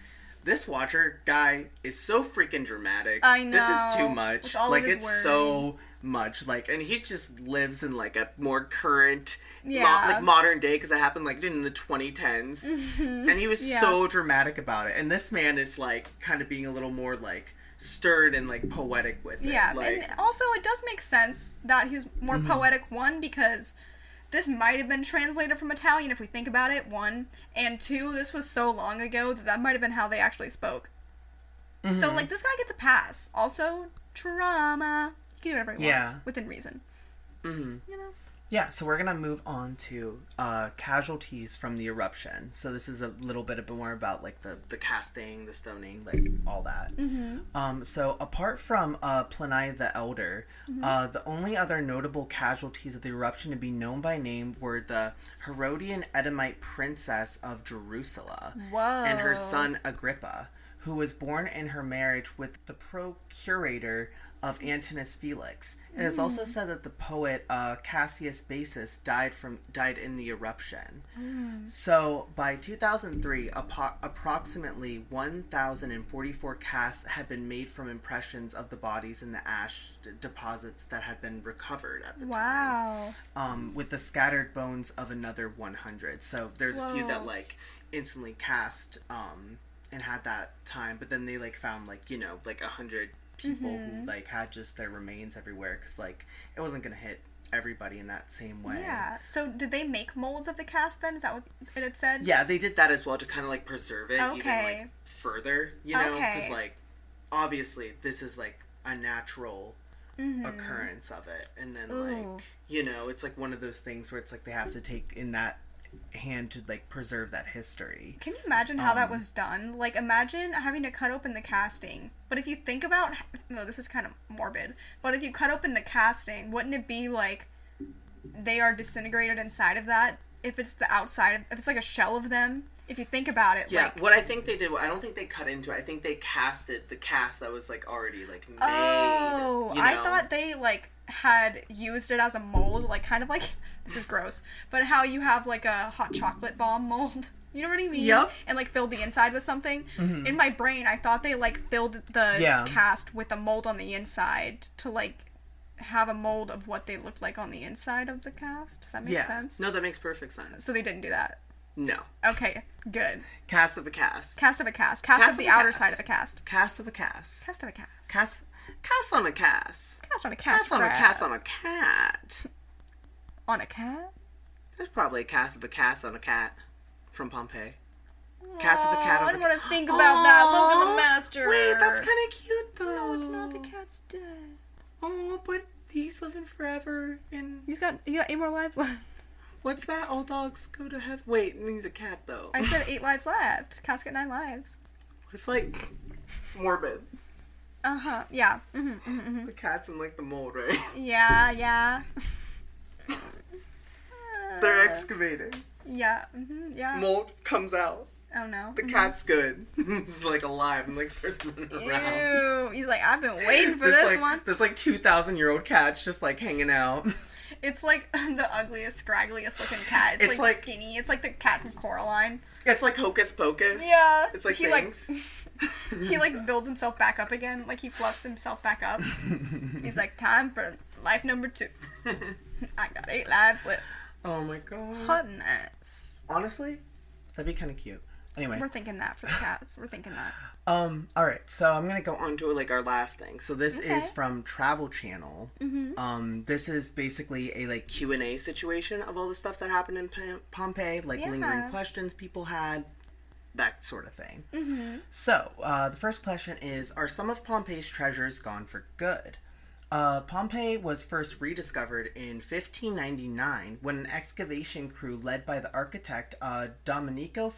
This Watcher guy is so freaking dramatic.
I
This is
know,
too
with
much.
all of
Like
his
it's so much. Like, and he just lives in like a more current, mo-
Yeah. Mm-hmm.
like modern day because it happened like in the 2010s and he was
Yeah.
so dramatic about it. And this man is like kind of being a little more like stirred and like poetic with it.
Yeah,
like, Mm-hmm.
and also it does make sense that he's more poetic one because this might have been translated from Italian if we think about it. One and two, this was so long ago that that might have been how they actually spoke. So
Mm-hmm.
like this guy gets a pass. Also trauma. He can do whatever he
Yeah.
wants within reason. Mm-hmm. You know.
yeah. So we're gonna move on to uh, casualties from the eruption. So this is a little bit ab- more about like the the casting, the stoning, like all that. Um, so apart from uh, Pliny the Elder, uh, the only other notable casualties of the eruption to be known by name were the Herodian Edomite princess of Jerusalem.
Whoa.
and her son Agrippa, who was born in her marriage with the procurator of Antinous Felix. It is also said that the poet uh, Cassius Bassus died from died in the eruption. So by 2003, appo- approximately 1,044 casts had been made from impressions of the bodies in the ash d- deposits that had been recovered at the time
Wow.
um, with the scattered bones of another 100. So there's a few that
Whoa.
like instantly cast um, and had that time, but then they like found like you know like a hundred people who
Mm-hmm.
like had just their remains everywhere because like it wasn't gonna hit everybody in that same way.
Yeah. So did they make molds of the cast then? Is that what it had said?
Yeah, they did that as well to kind of like preserve it even
Okay.
like further, you know, because
Okay.
like obviously this is like a natural occurrence of it, and then
Mm-hmm. Ooh.
like you know, it's like one of those things where it's like they have to take in that hand to like preserve that history.
Can you imagine how that was done? Like, imagine having to cut open the casting. But if you think about, no, this is kind of morbid. But if you cut open the casting, wouldn't it be like they are disintegrated inside of that? If it's the outside, of, if it's like a shell of them. If you think about it,
Yeah,
like
what I think they did, I don't think they cut into it. I think they casted the cast that was like already like made.
Oh,
you
I
know?
thought they like had used it as a mold, like kind of like this is gross, but how you have like a hot chocolate bomb mold. You know what I mean?
Yep.
And like filled the inside with something. In my brain, I thought they like filled the
Mm-hmm. Yeah.
cast with a mold on the inside to like have a mold of what they looked like on the inside of the cast. Does that make
yeah.
sense?
No, that makes perfect sense.
So they didn't do that.
No,
Okay, good.
cast of a cast,
Cast of a cast. Cast,
Cast
of
of
the
a
outer
cast.
side of a cast.
cast of a cast.
Cast of a cast.
Cast, cast on a cast.
Cast on a cast.
Cast on a cast on a cat.
On a cat?
There's probably a cast of a cast on a cat from Pompeii. Cast of a cat.
Aw,
on
I
a
don't
ca-
want to think about that. Look at
Aw,
the master.
Wait, that's kind of cute though.
No, Oh, it's not. The cat's dead.
Oh, but he's living forever. And
He's got he got eight more lives left.
what's that? All dogs go to heaven. Wait, and he's a cat though.
I said eight lives left. Cat's got nine lives.
It's like morbid.
Uh huh. Yeah. hmm
The cat's in like the mold, right?
Yeah. Yeah.
They're excavating.
Yeah. hmm Yeah.
Mold comes out.
Oh no.
The cat's good. He's like alive and like starts running
Ew.
around.
He's like, I've been waiting for
this,
this
like,
one.
This like two thousand year old cat's just like hanging out.
It's like the ugliest, scraggliest looking cat. It's,
It's
like,
like-
skinny. It's like the cat from Coraline.
It's like hocus pocus.
Yeah.
It's like
he
things.
like he like builds himself back up again. Like he fluffs himself back up. He's like, time for life number two. I got eight lives left.
oh my god.
Hot mess.
Honestly, that'd be kind of cute. Anyway,
We're thinking that for the cats. We're thinking that.
um, all right. So I'm gonna go on to like our last thing. So this is
Okay. Mm-hmm.
from Travel Channel. Um, this is basically a like Q and A situation of all the stuff that happened in Pom- Pompeii, like
Yeah.
lingering questions people had, that sort of thing.
Mm-hmm.
So, uh, the first question is Are some of Pompeii's treasures gone for good? Uh, Pompeii was first rediscovered in 1599 when an excavation crew led by the architect uh, Domenico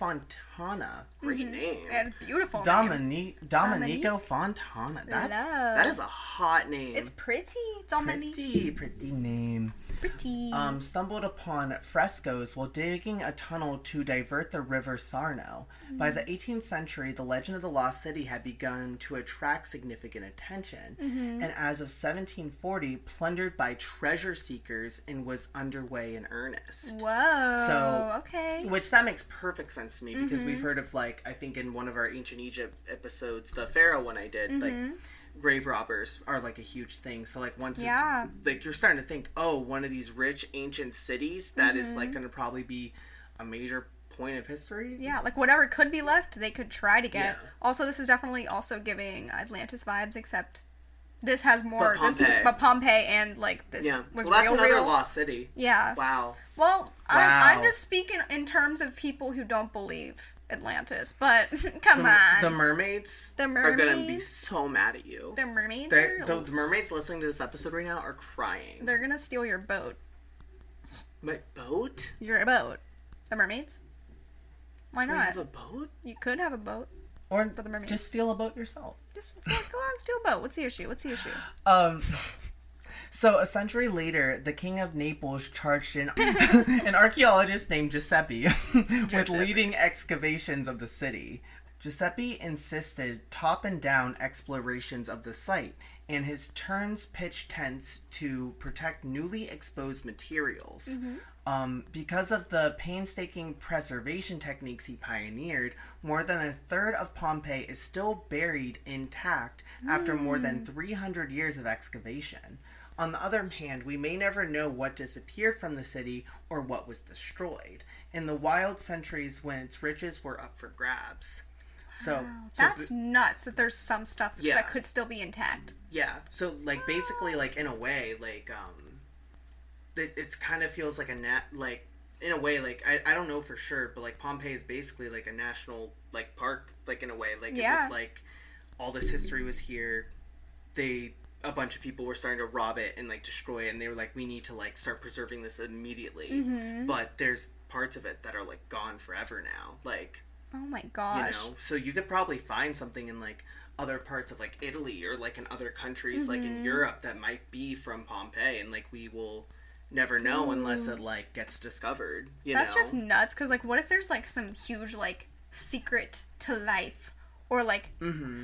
Fontana. Great
Mm-hmm.
name.
Mhm. And beautiful. name.
Domini- Domenico Fontana. That's that is a hot name.
It's pretty. Dominique.
pretty, pretty name
Pretty.
um, stumbled upon frescoes while digging a tunnel to divert the river Sarno.
Mm-hmm.
By the 18th century, the legend of the lost city had begun to attract significant attention,
Mm-hmm.
and as of 1740, plundered by treasure seekers and was underway in earnest.
Whoa.
So-
Oh, okay. Mm-hmm.
Which that makes perfect sense to me because we've heard of like I think in one of our ancient Egypt episodes, the pharaoh one I did, like grave robbers are like a huge thing. So like once it-
Mm-hmm. Yeah.
like you're starting to think, oh, one of these rich ancient cities that is like going to probably be a major point of history.
Mm-hmm. Yeah, like whatever could be left, they could try to get.
Yeah.
Also, this is definitely also giving Atlantis vibes, except this has more. But Pompeii,
Pompeii.
this, but Pompeii and like this
Yeah.
was
well, that's
real,
another
real.
lost city.
Yeah.
Wow.
Well, I'm, I'm
Wow.
just speaking in terms of people who don't believe Atlantis, but come on,
The mermaids,
The
are going to be
mermaids?
so mad at you.
the mermaids
They're,
are,
the,
they're,
the mermaids listening to this episode right now are crying.
gonna steal your boat.
My boat?
Your boat. The mermaids. Why
Do I
not?
have a boat?
You could have a boat.
Or
For the mermaids.
just steal a boat yourself.
Just go on, steal a boat. What's the issue? What's the issue?
Um, so a century later, the king of Naples charged an, an archaeologist named Giuseppe with leading excavations of the city. Giuseppe insisted top and down explorations of the site, and his turns pitched tents to protect newly exposed materials. Um, because of the painstaking preservation techniques he pioneered, more than a third of Pompeii is still buried intact after more than 300 years of excavation. On the other hand, we may never know what disappeared from the city or what was destroyed in the wild centuries when its riches were up for grabs. So, so
That's nuts that there's some stuff
Yeah.
that could still be intact.
Yeah. So like basically like in a way like um it it's kind of feels like a nat like in a way like I, I don't know for sure but like Pompeii is basically like a national like park like in a way like it
Yeah.
was like all this history was here they a bunch of people were starting to rob it and like destroy it and they were like we need to like start preserving this immediately but there's parts of it that are like gone forever now like
Oh my
you
gosh.
know so you could probably find something in like other parts of like italy or like in other countries like
Mm-hmm.
in europe that might be from pompeii and like we will never know unless it like gets discovered you
Mm. That's
know
just nuts because, like, what if there's, like, some huge, like, secret to life or, like,
Mm-hmm.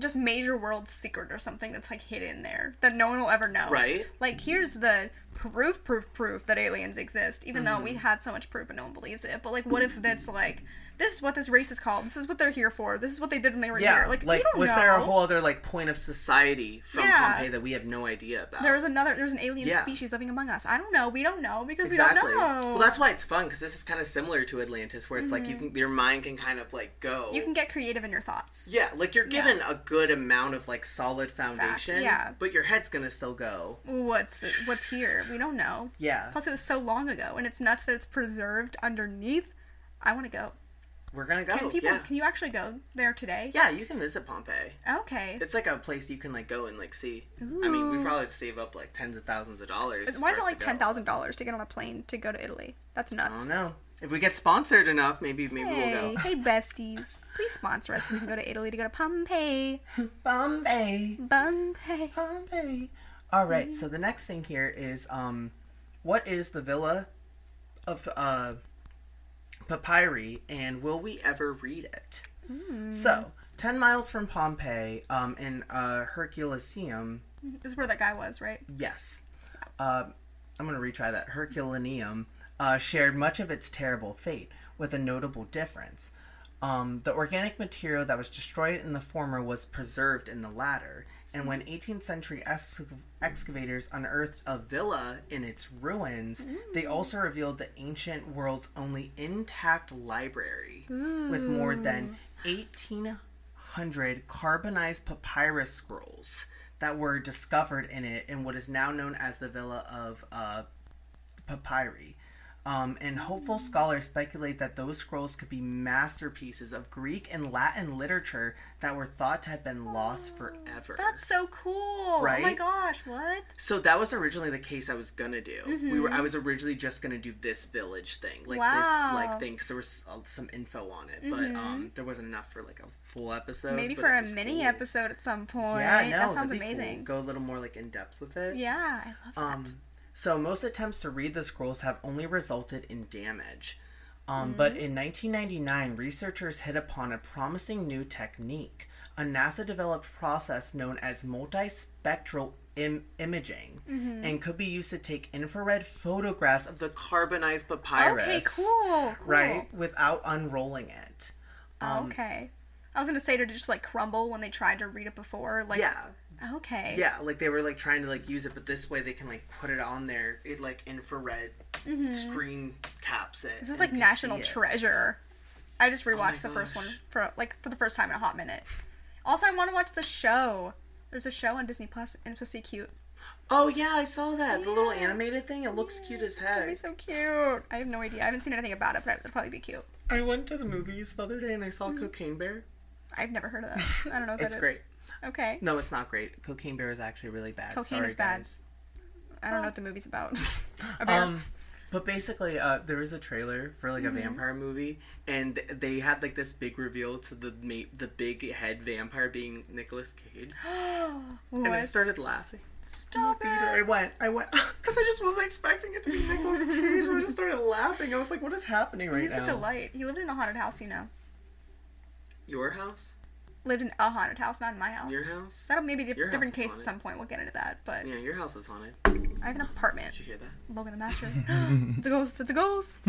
just major world secret or something that's, like, hidden there that no one will ever know?
Right.
Like, here's the proof, proof, proof that aliens exist, even though
Mm-hmm.
we had so much proof and no one believes it. But, like, what if that's, like, this is what this race is called, this is what they're here for, this is what they did when they were
yeah
here?
like,
Like, you don't
was
know.
there a whole other like point of society from
Yeah.
pompeii that we have no idea about
There's another, there's an alien
Yeah.
species living among us. I don't know. We don't know because
Exactly.
we don't know. Mm-hmm.
Well, that's why it's fun because this is kind of similar to Atlantis, where it's like you can your mind can kind of like go.
you can get creative in your thoughts.
yeah, like you're
Yeah.
given a good amount of like solid foundation.
yeah.
But your head's gonna still go.
What's what's here? We don't know.
Yeah.
Plus, it was so long ago, and it's nuts that it's preserved underneath. I want to go.
We're gonna go.
Can people?
Oh, yeah.
Can you actually go there today?
Yeah, you can visit Pompeii.
Okay.
It's like a place you can like go and like see. I mean, we probably have to save up like tens of thousands of dollars.
Why is it
for us
like
to go.
ten thousand dollars to get on a plane to go to Italy? That's
I
nuts.
don't know. If we get sponsored enough, maybe maybe
Hey,
Oh, we'll go.
hey, besties! Please sponsor us so we can go to Italy to go to Pompeii.
Bombay,
Pompeii.
Bombay. All right, So the next thing here is um, what is the villa of uh, papyri, and will we ever read it? So. 10 miles from Pompeii, um, in uh, Herculaneum,
This is where that guy was, right?
Yes. Uh, I'm going to retry that. Herculaneum uh, shared much of its terrible fate, with a notable difference. Um, the organic material that was destroyed in the former was preserved in the latter, and when 18th century ex- excavators unearthed a villa in its ruins, they also revealed the ancient world's only intact library, with more than 1,800 carbonized papyrus scrolls that were discovered in it in what is now known as the Villa of uh, Papyri. Um, and hopeful scholars speculate that those scrolls could be masterpieces of Greek and Latin literature that were thought to have been lost forever.
Oh, That's so cool. Oh my
Right?
gosh! What?
So that was originally the case I was gonna do. We
Mm-hmm.
were I was originally just gonna do this village thing, like
Wow. Mm-hmm.
this like thing, because there was uh, some info on it, but um, there wasn't enough for like a full episode.
Maybe
but
for
it
a
was
mini
cool.
episode at some point.
Yeah, no,
that sounds
that'd be cool.
amazing.
Go a little more like in depth with it.
Yeah, I love
Um, so most attempts to read the scrolls have only resulted in damage. Um, But
Mm-hmm.
in 1999, researchers hit upon a promising new technique, a NASA developed process known as multispectral Im- imaging,
Mm-hmm.
and could be used to take infrared photographs of the carbonized papyrus.
Okay, cool. cool.
Right, without unrolling it. Um,
okay. I was gonna say did it just like crumble when they tried to read it before? Like
Yeah,
Okay.
Yeah, like they were like trying to like use it, but this way they can like put it on there. It like infrared screen caps it.
Mm-hmm.
Oh
This is like national treasure. I just rewatched the first one
gosh.
for like for the first time in a hot minute. Also, I want to watch the show. There's a show on Disney Plus, and it's supposed to be cute.
Oh yeah, I saw that the little animated thing. It looks cute as
It'd be
heck.
so cute. I have no idea. I haven't seen anything about it, but it'll probably be cute.
I went to the movies the other day and I saw
Mm-hmm.
Cocaine Bear.
I've never heard of that. I don't know. If
It's
that is.
great.
Okay.
No, it's not great. Cocaine Bear is actually really bad.
Cocaine
Sorry,
is bad.
guys.
I don't know what the movie's about. A bear.
Um, but basically, uh, there was a trailer for
Mm-hmm.
like a vampire movie, and th- they had like this big reveal to the ma- the big head vampire being Nicolas Cage, and I
What? Oh,
started laughing.
Stop
theater.
it.
I went, I went, because I just wasn't expecting it to be Nicolas Cage. so I just started laughing. I was like, what is happening right
He's
now?
a delight. He lived in a haunted house, you know.
Your house?
Lived in a haunted house, not in my house.
Your house?
That'll maybe be a
Your house
different
is
case at
haunted.
some point. We'll get into that. But
Yeah, your house is haunted.
I have an apartment.
Did you hear that?
Logan the Master. it's a ghost. It's a ghost.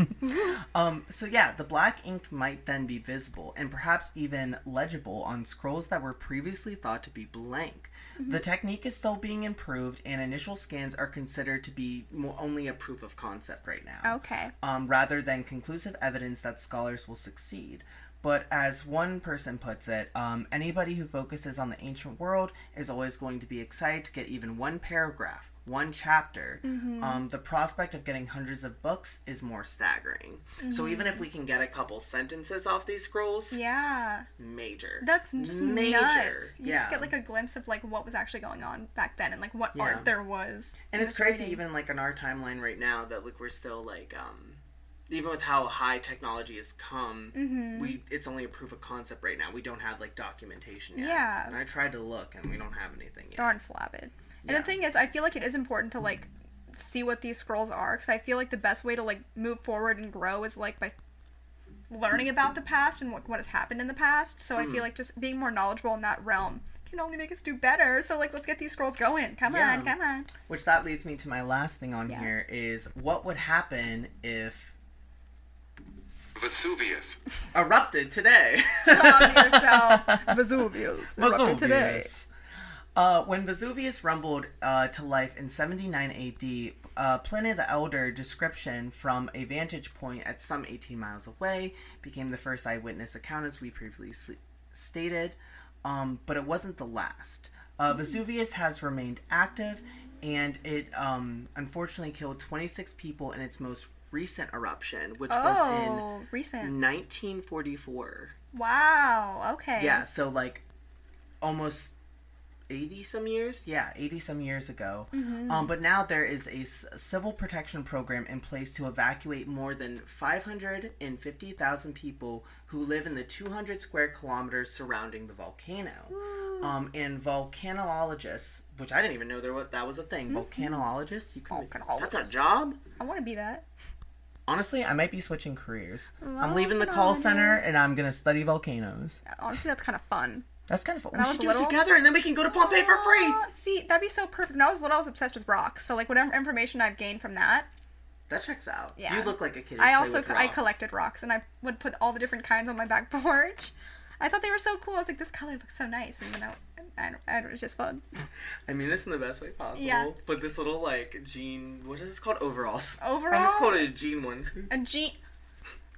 Um, so yeah, the black ink might then be visible and perhaps even legible on scrolls that were previously thought to be blank. The technique is still being improved, and initial scans are considered to be more, only a proof of concept right now.
okay.
um, rather than conclusive evidence that scholars will succeed. But as one person puts it, um, anybody who focuses on the ancient world is always going to be excited to get even one paragraph, one chapter.
Mm-hmm.
Um, the prospect of getting hundreds of books is more staggering. So even if we can get a couple sentences off these scrolls,
Mm-hmm. Yeah.
major.
That's just
Major,
nuts. You just
yeah.
get like a glimpse of like what was actually going on back then and like what
Yeah.
art there was.
and
in
it's
this
crazy,
writing.
even like on our timeline right now, that like we're still like, um, even with how high technology has come,
Mm-hmm.
we it's only a proof of concept right now. We don't have like documentation yet.
Yeah.
And I tried to look, and we don't have anything yet.
darn flabby. And the
Yeah.
thing is, I feel like it is important to like see what these scrolls are because I feel like the best way to like move forward and grow is like by learning about the past and what what has happened in the past. So I feel like just being more knowledgeable in that realm can only make us do better. So like, let's get these scrolls going. Come
Yeah.
on, come on.
Which that leads me to my last thing on
Yeah.
here is what would happen if
Vesuvius.
erupted today.
Calm yourself. Vesuvius erupted today.
Vesuvius. Uh, when Vesuvius rumbled uh, to life in 79 AD, uh, Pliny the Elder description from a vantage point at some 18 miles away became the first eyewitness account, as we previously s- stated, um, but it wasn't the last. Uh, Vesuvius has remained active, and it um, unfortunately killed 26 people in its most recent eruption, which was
Oh,
in
recent.
1944.
Wow. Okay.
Yeah, so like almost 80 some years? Yeah, 80 some years ago. Um, but now there is a s- civil protection program in place to evacuate more than 550,000 people who live in the 200 square kilometers surrounding the volcano. Um, and volcanologists, which I didn't even know there was, that was a thing. Volcanologists? You can, That's
Volcanologist.
a job?
I want to be that.
Honestly, I might be switching careers. I'm leaving the call center
Volcanologist.
and I'm going to study volcanoes.
Honestly, that's kind of fun.
That's kind of fun.
I
We
was
should do
little-
it together, and then we can go to Pompeii for free.
Aw, See, that'd be so perfect. When I was little, I was obsessed with rocks. So like whatever information I've gained from that,
That checks out.
Yeah.
You look like a kid. who
I
play
also
with
I
rocks.
collected rocks and I would put all the different kinds on my back porch. I thought they were so cool. I was like, this color looks so nice, and then I, I, I it was just fun.
I mean this in the best way possible.
Yeah.
But this little like jean, what is this called? Overalls. I
Overalls?
almost called it a jean onesie.
A jean,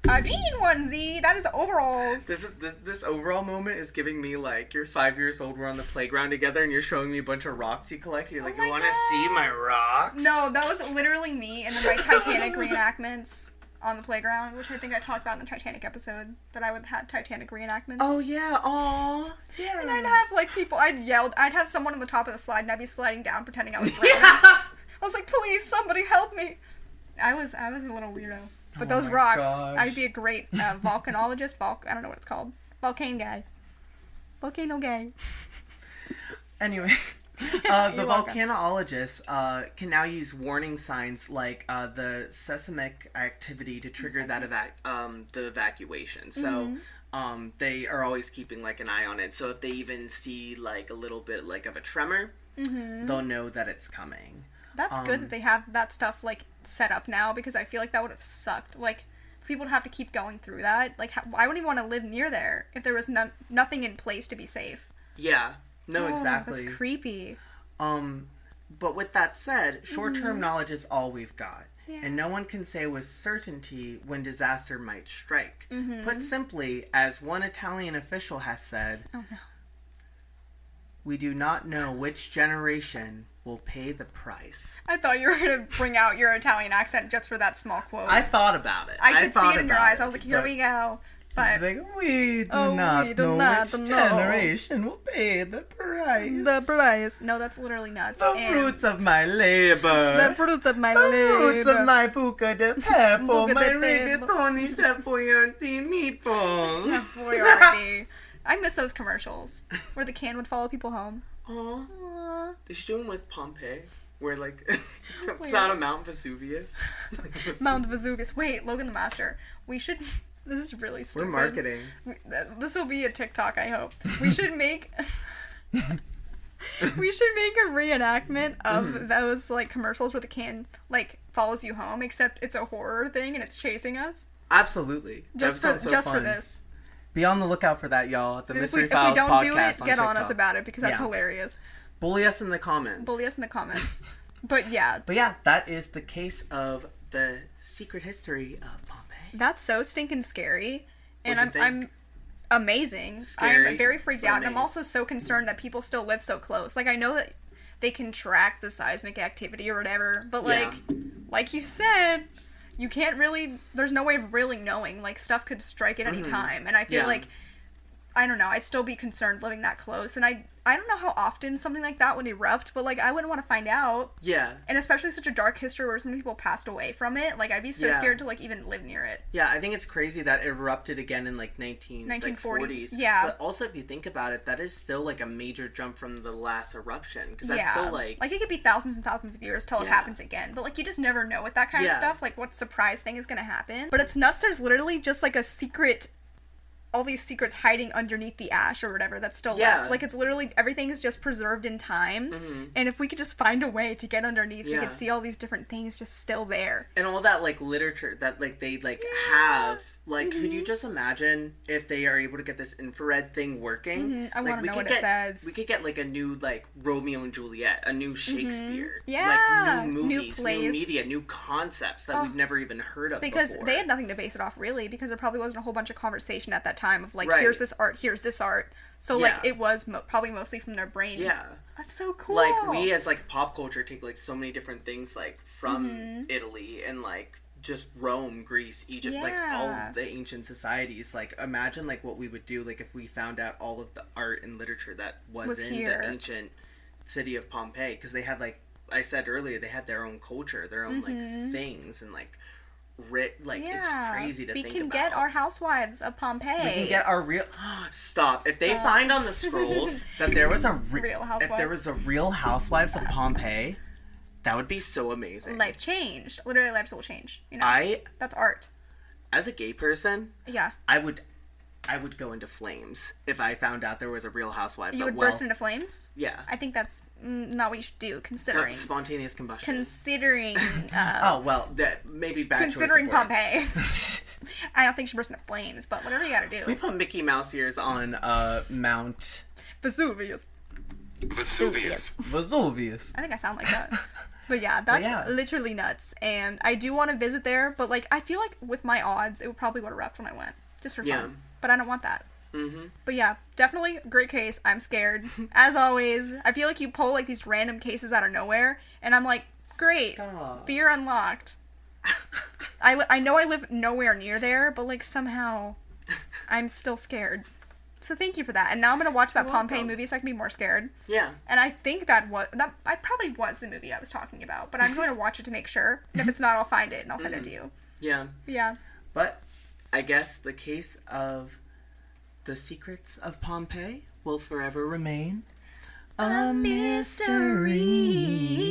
a jean onesie. That is overalls.
This is this, this overall moment is giving me like you're five years old. We're on the playground together, and you're showing me a bunch of rocks you collect. You're like,
Oh my
you want to see my rocks?
no, that was literally me and then my Titanic reenactments on the playground, which I think I talked about in the Titanic episode that I would have Titanic reenactments.
Oh yeah. Aw. Yeah.
And I'd have like people. I'd yelled. I'd have someone on the top of the slide, and I'd be sliding down, pretending I was drowning. I was like, "Please, somebody help me!" I was, I was a little weirdo. But
Oh
those
my
rocks,
gosh.
I'd be a great uh, volcanologist. Volc, I don't know what it's called. Volcano guy. Volcano guy.
Anyway, uh, the
You're welcome.
volcanologists uh, can now use warning signs like uh, the seismic activity to trigger that evac- um, the evacuation. So
Mm-hmm.
um, they are always keeping like an eye on it. So if they even see like a little bit like of a tremor,
Mm-hmm.
they'll know that it's coming.
That's
Um,
good that they have that stuff like set up now because I feel like that would have sucked. Like for people to have to keep going through that. Like how, I wouldn't even want to live near there if there was none, nothing in place to be safe.
Yeah. No,
Oh,
exactly.
That's creepy.
Um, but with that said, short
Mm-hmm.
term knowledge is all we've got. And no one can say with certainty when disaster might strike.
Mm-hmm.
Put simply, as one Italian official has said,
Oh no.
we do not know which generation will pay the price.
I thought you were gonna bring out your Italian accent just for that small quote.
I thought about it.
I could see
thought
it in your
about
eyes. I was like, here
but-
we go. But
Like, we do
Oh,
not
we do
know
not
which
know.
generation will pay the price.
price. No, that's literally nuts.
The
and
fruits of my labor.
The fruits of my labor.
Roots of my puka de peppo,
Puka
my
de peppo.
rigatoni, chef boyante meatballs.
Chef Boyardee. I miss those commercials where the can would follow people home.
Aw,
Aw.
they should do one with Pompeii, where like
Wait.
it's on a Mount Vesuvius.
Mount Vesuvius. Wait, Logan the Master. We should. This is really
We're
stupid.
marketing.
We- th- This will be a TikTok, I hope. We should make. we should make a reenactment of those like commercials where the can like follows you home, except it's a horror thing and it's chasing us.
Absolutely.
Just
That
for
sounds so
just for
fun.
this.
Be on the lookout for that, y'all. At the
And if we,
Mystery
if we
Files
don't
podcast
do it,
on
get on us
TikTok.
about it because that's
Yeah.
hilarious.
Bully us in the comments.
Bully us in the comments. but yeah,
But yeah, that is the case of the secret history of Pompeii.
that's so stinking scary. And I'm
What'd you
I'm amazing.
Scary,
I'm very freaked
but
out, and I'm
amazing.
also so concerned that people still live so close. Like I know that they can track the seismic activity or whatever, but like, like you said, you can't really. There's no way of really knowing. Like stuff could strike at any time, and I feel
Mm-hmm. Yeah.
like I don't know. I'd still be concerned living that close, and I I don't know how often something like that would erupt, but like I wouldn't want to find out.
Yeah.
And especially such a dark history where so many people passed away from it. Like I'd be so
Yeah.
scared to like even live near it.
Yeah, I think it's crazy that it erupted again in like 19
1940s.
Like 40s.
Yeah.
But also if you think about it, that is still like a major jump from the last eruption cuz that's
yeah.
so like,
it could be thousands and thousands of years till it
Yeah.
happens again. But like you just never know with that kind of
Yeah.
stuff, like what surprise thing is gonna happen. But it's nuts there's literally just like a secret all these secrets hiding underneath the ash or whatever that's still
Yeah. Mm-hmm.
left. Like it's literally everything is just preserved in time. And if we could just find a way to get underneath, we
Yeah.
could see all these different things just still there.
and all that like literature that like they like have like could
Mm-hmm.
you just imagine if they are able to get this infrared thing working?
Mm-hmm. I
Like,
wanna
we
know
could
what it
get,
says. Mm-hmm.
We could get like a new like Romeo and Juliet, a new Shakespeare,
Yeah.
like new
New
movies, new,
plays.
media, new concepts that we've never even heard of
because
before.
they had nothing to base it off really because there probably wasn't a whole bunch of conversation at that time of like
Right.
here's this art here's this art so like
Yeah.
it was mo- probably mostly from their brain
yeah.
that's so cool
like we as like pop culture take like so many different things like from
Mm-hmm.
italy and like just rome greece egypt like all
Yeah.
of the ancient societies like imagine like what we would do like if we found out all of the art and literature that was,
Was
in
here.
the ancient city of pompeii because they had like i said earlier they had their own culture their own
Mm-hmm.
like things and like writ like it's crazy to
we
think
can
about
get our housewives of pompeii
we can get our real stop. If they find on the scrolls that there was a re-
Real
if there
Housewives.
was a Real Housewives of Pompeii, that would be so amazing.
life changed literally lives will change you know
I,
that's art
as a gay person,
yeah
I would, I would go into flames if I found out there was a Real Housewives.
you
of-
would
well,
burst into flames
yeah,
i think that's mm, not what you should do
Uh,
considering
spontaneous combustion.
considering uh,
oh well, that maybe bad. choice of
considering
words.
pompeii i don't think she burst into flames but whatever you gotta
We
do
put Mickey Mouse ears on uh, Mount
vesuvius
Vesuvius.
Vesuvius.
I think I sound like that. But yeah, that's
yeah.
literally nuts. And I do want to visit there, but like I feel like with my odds, it would probably would erupt when I went just for fun.
Yeah.
But I don't want that. Mm-hmm. But yeah, definitely great case. I'm scared as always. I feel like you pull like these random cases out of nowhere, and I'm like, great,
Stop.
fear unlocked. I li- I know I live nowhere near there, but like somehow, I'm still scared. So thank you for that. And now I'm gonna watch that Pompeii
welcome.
movie so I can be more scared.
Yeah.
And I think that was that I probably was the movie I was talking about, but
Mm-hmm.
I'm going to watch it to make sure. And if it's not, I'll find it and I'll send it to you.
Yeah.
Yeah.
But I guess the case of the secrets of Pompeii will forever remain a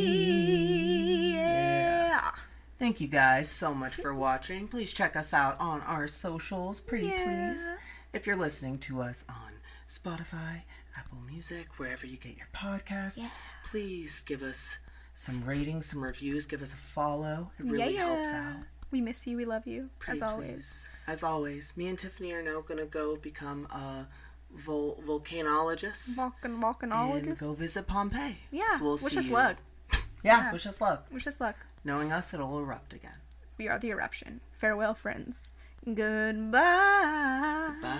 mystery. Yeah.
Yeah.
Thank you guys so much for watching. Please check us out on our socials, pretty please. If you're listening to us on Spotify, Apple Music, wherever you get your podcast, please give us some ratings, some reviews, give us a follow. It really helps
Yeah.
out.
We miss you. We love you. as
Pretty
always.
please. As always, me and Tiffany are now gonna go become uh, vol- volcanologists
Walking,
and
walkinologist.
go visit Pompeii.
Yeah.
So we'll
wish
see
us
you.
luck.
Yeah, wish us luck.
Wish us luck.
Knowing us, it'll erupt again.
We are the eruption. Farewell, friends. Goodbye.
Bye.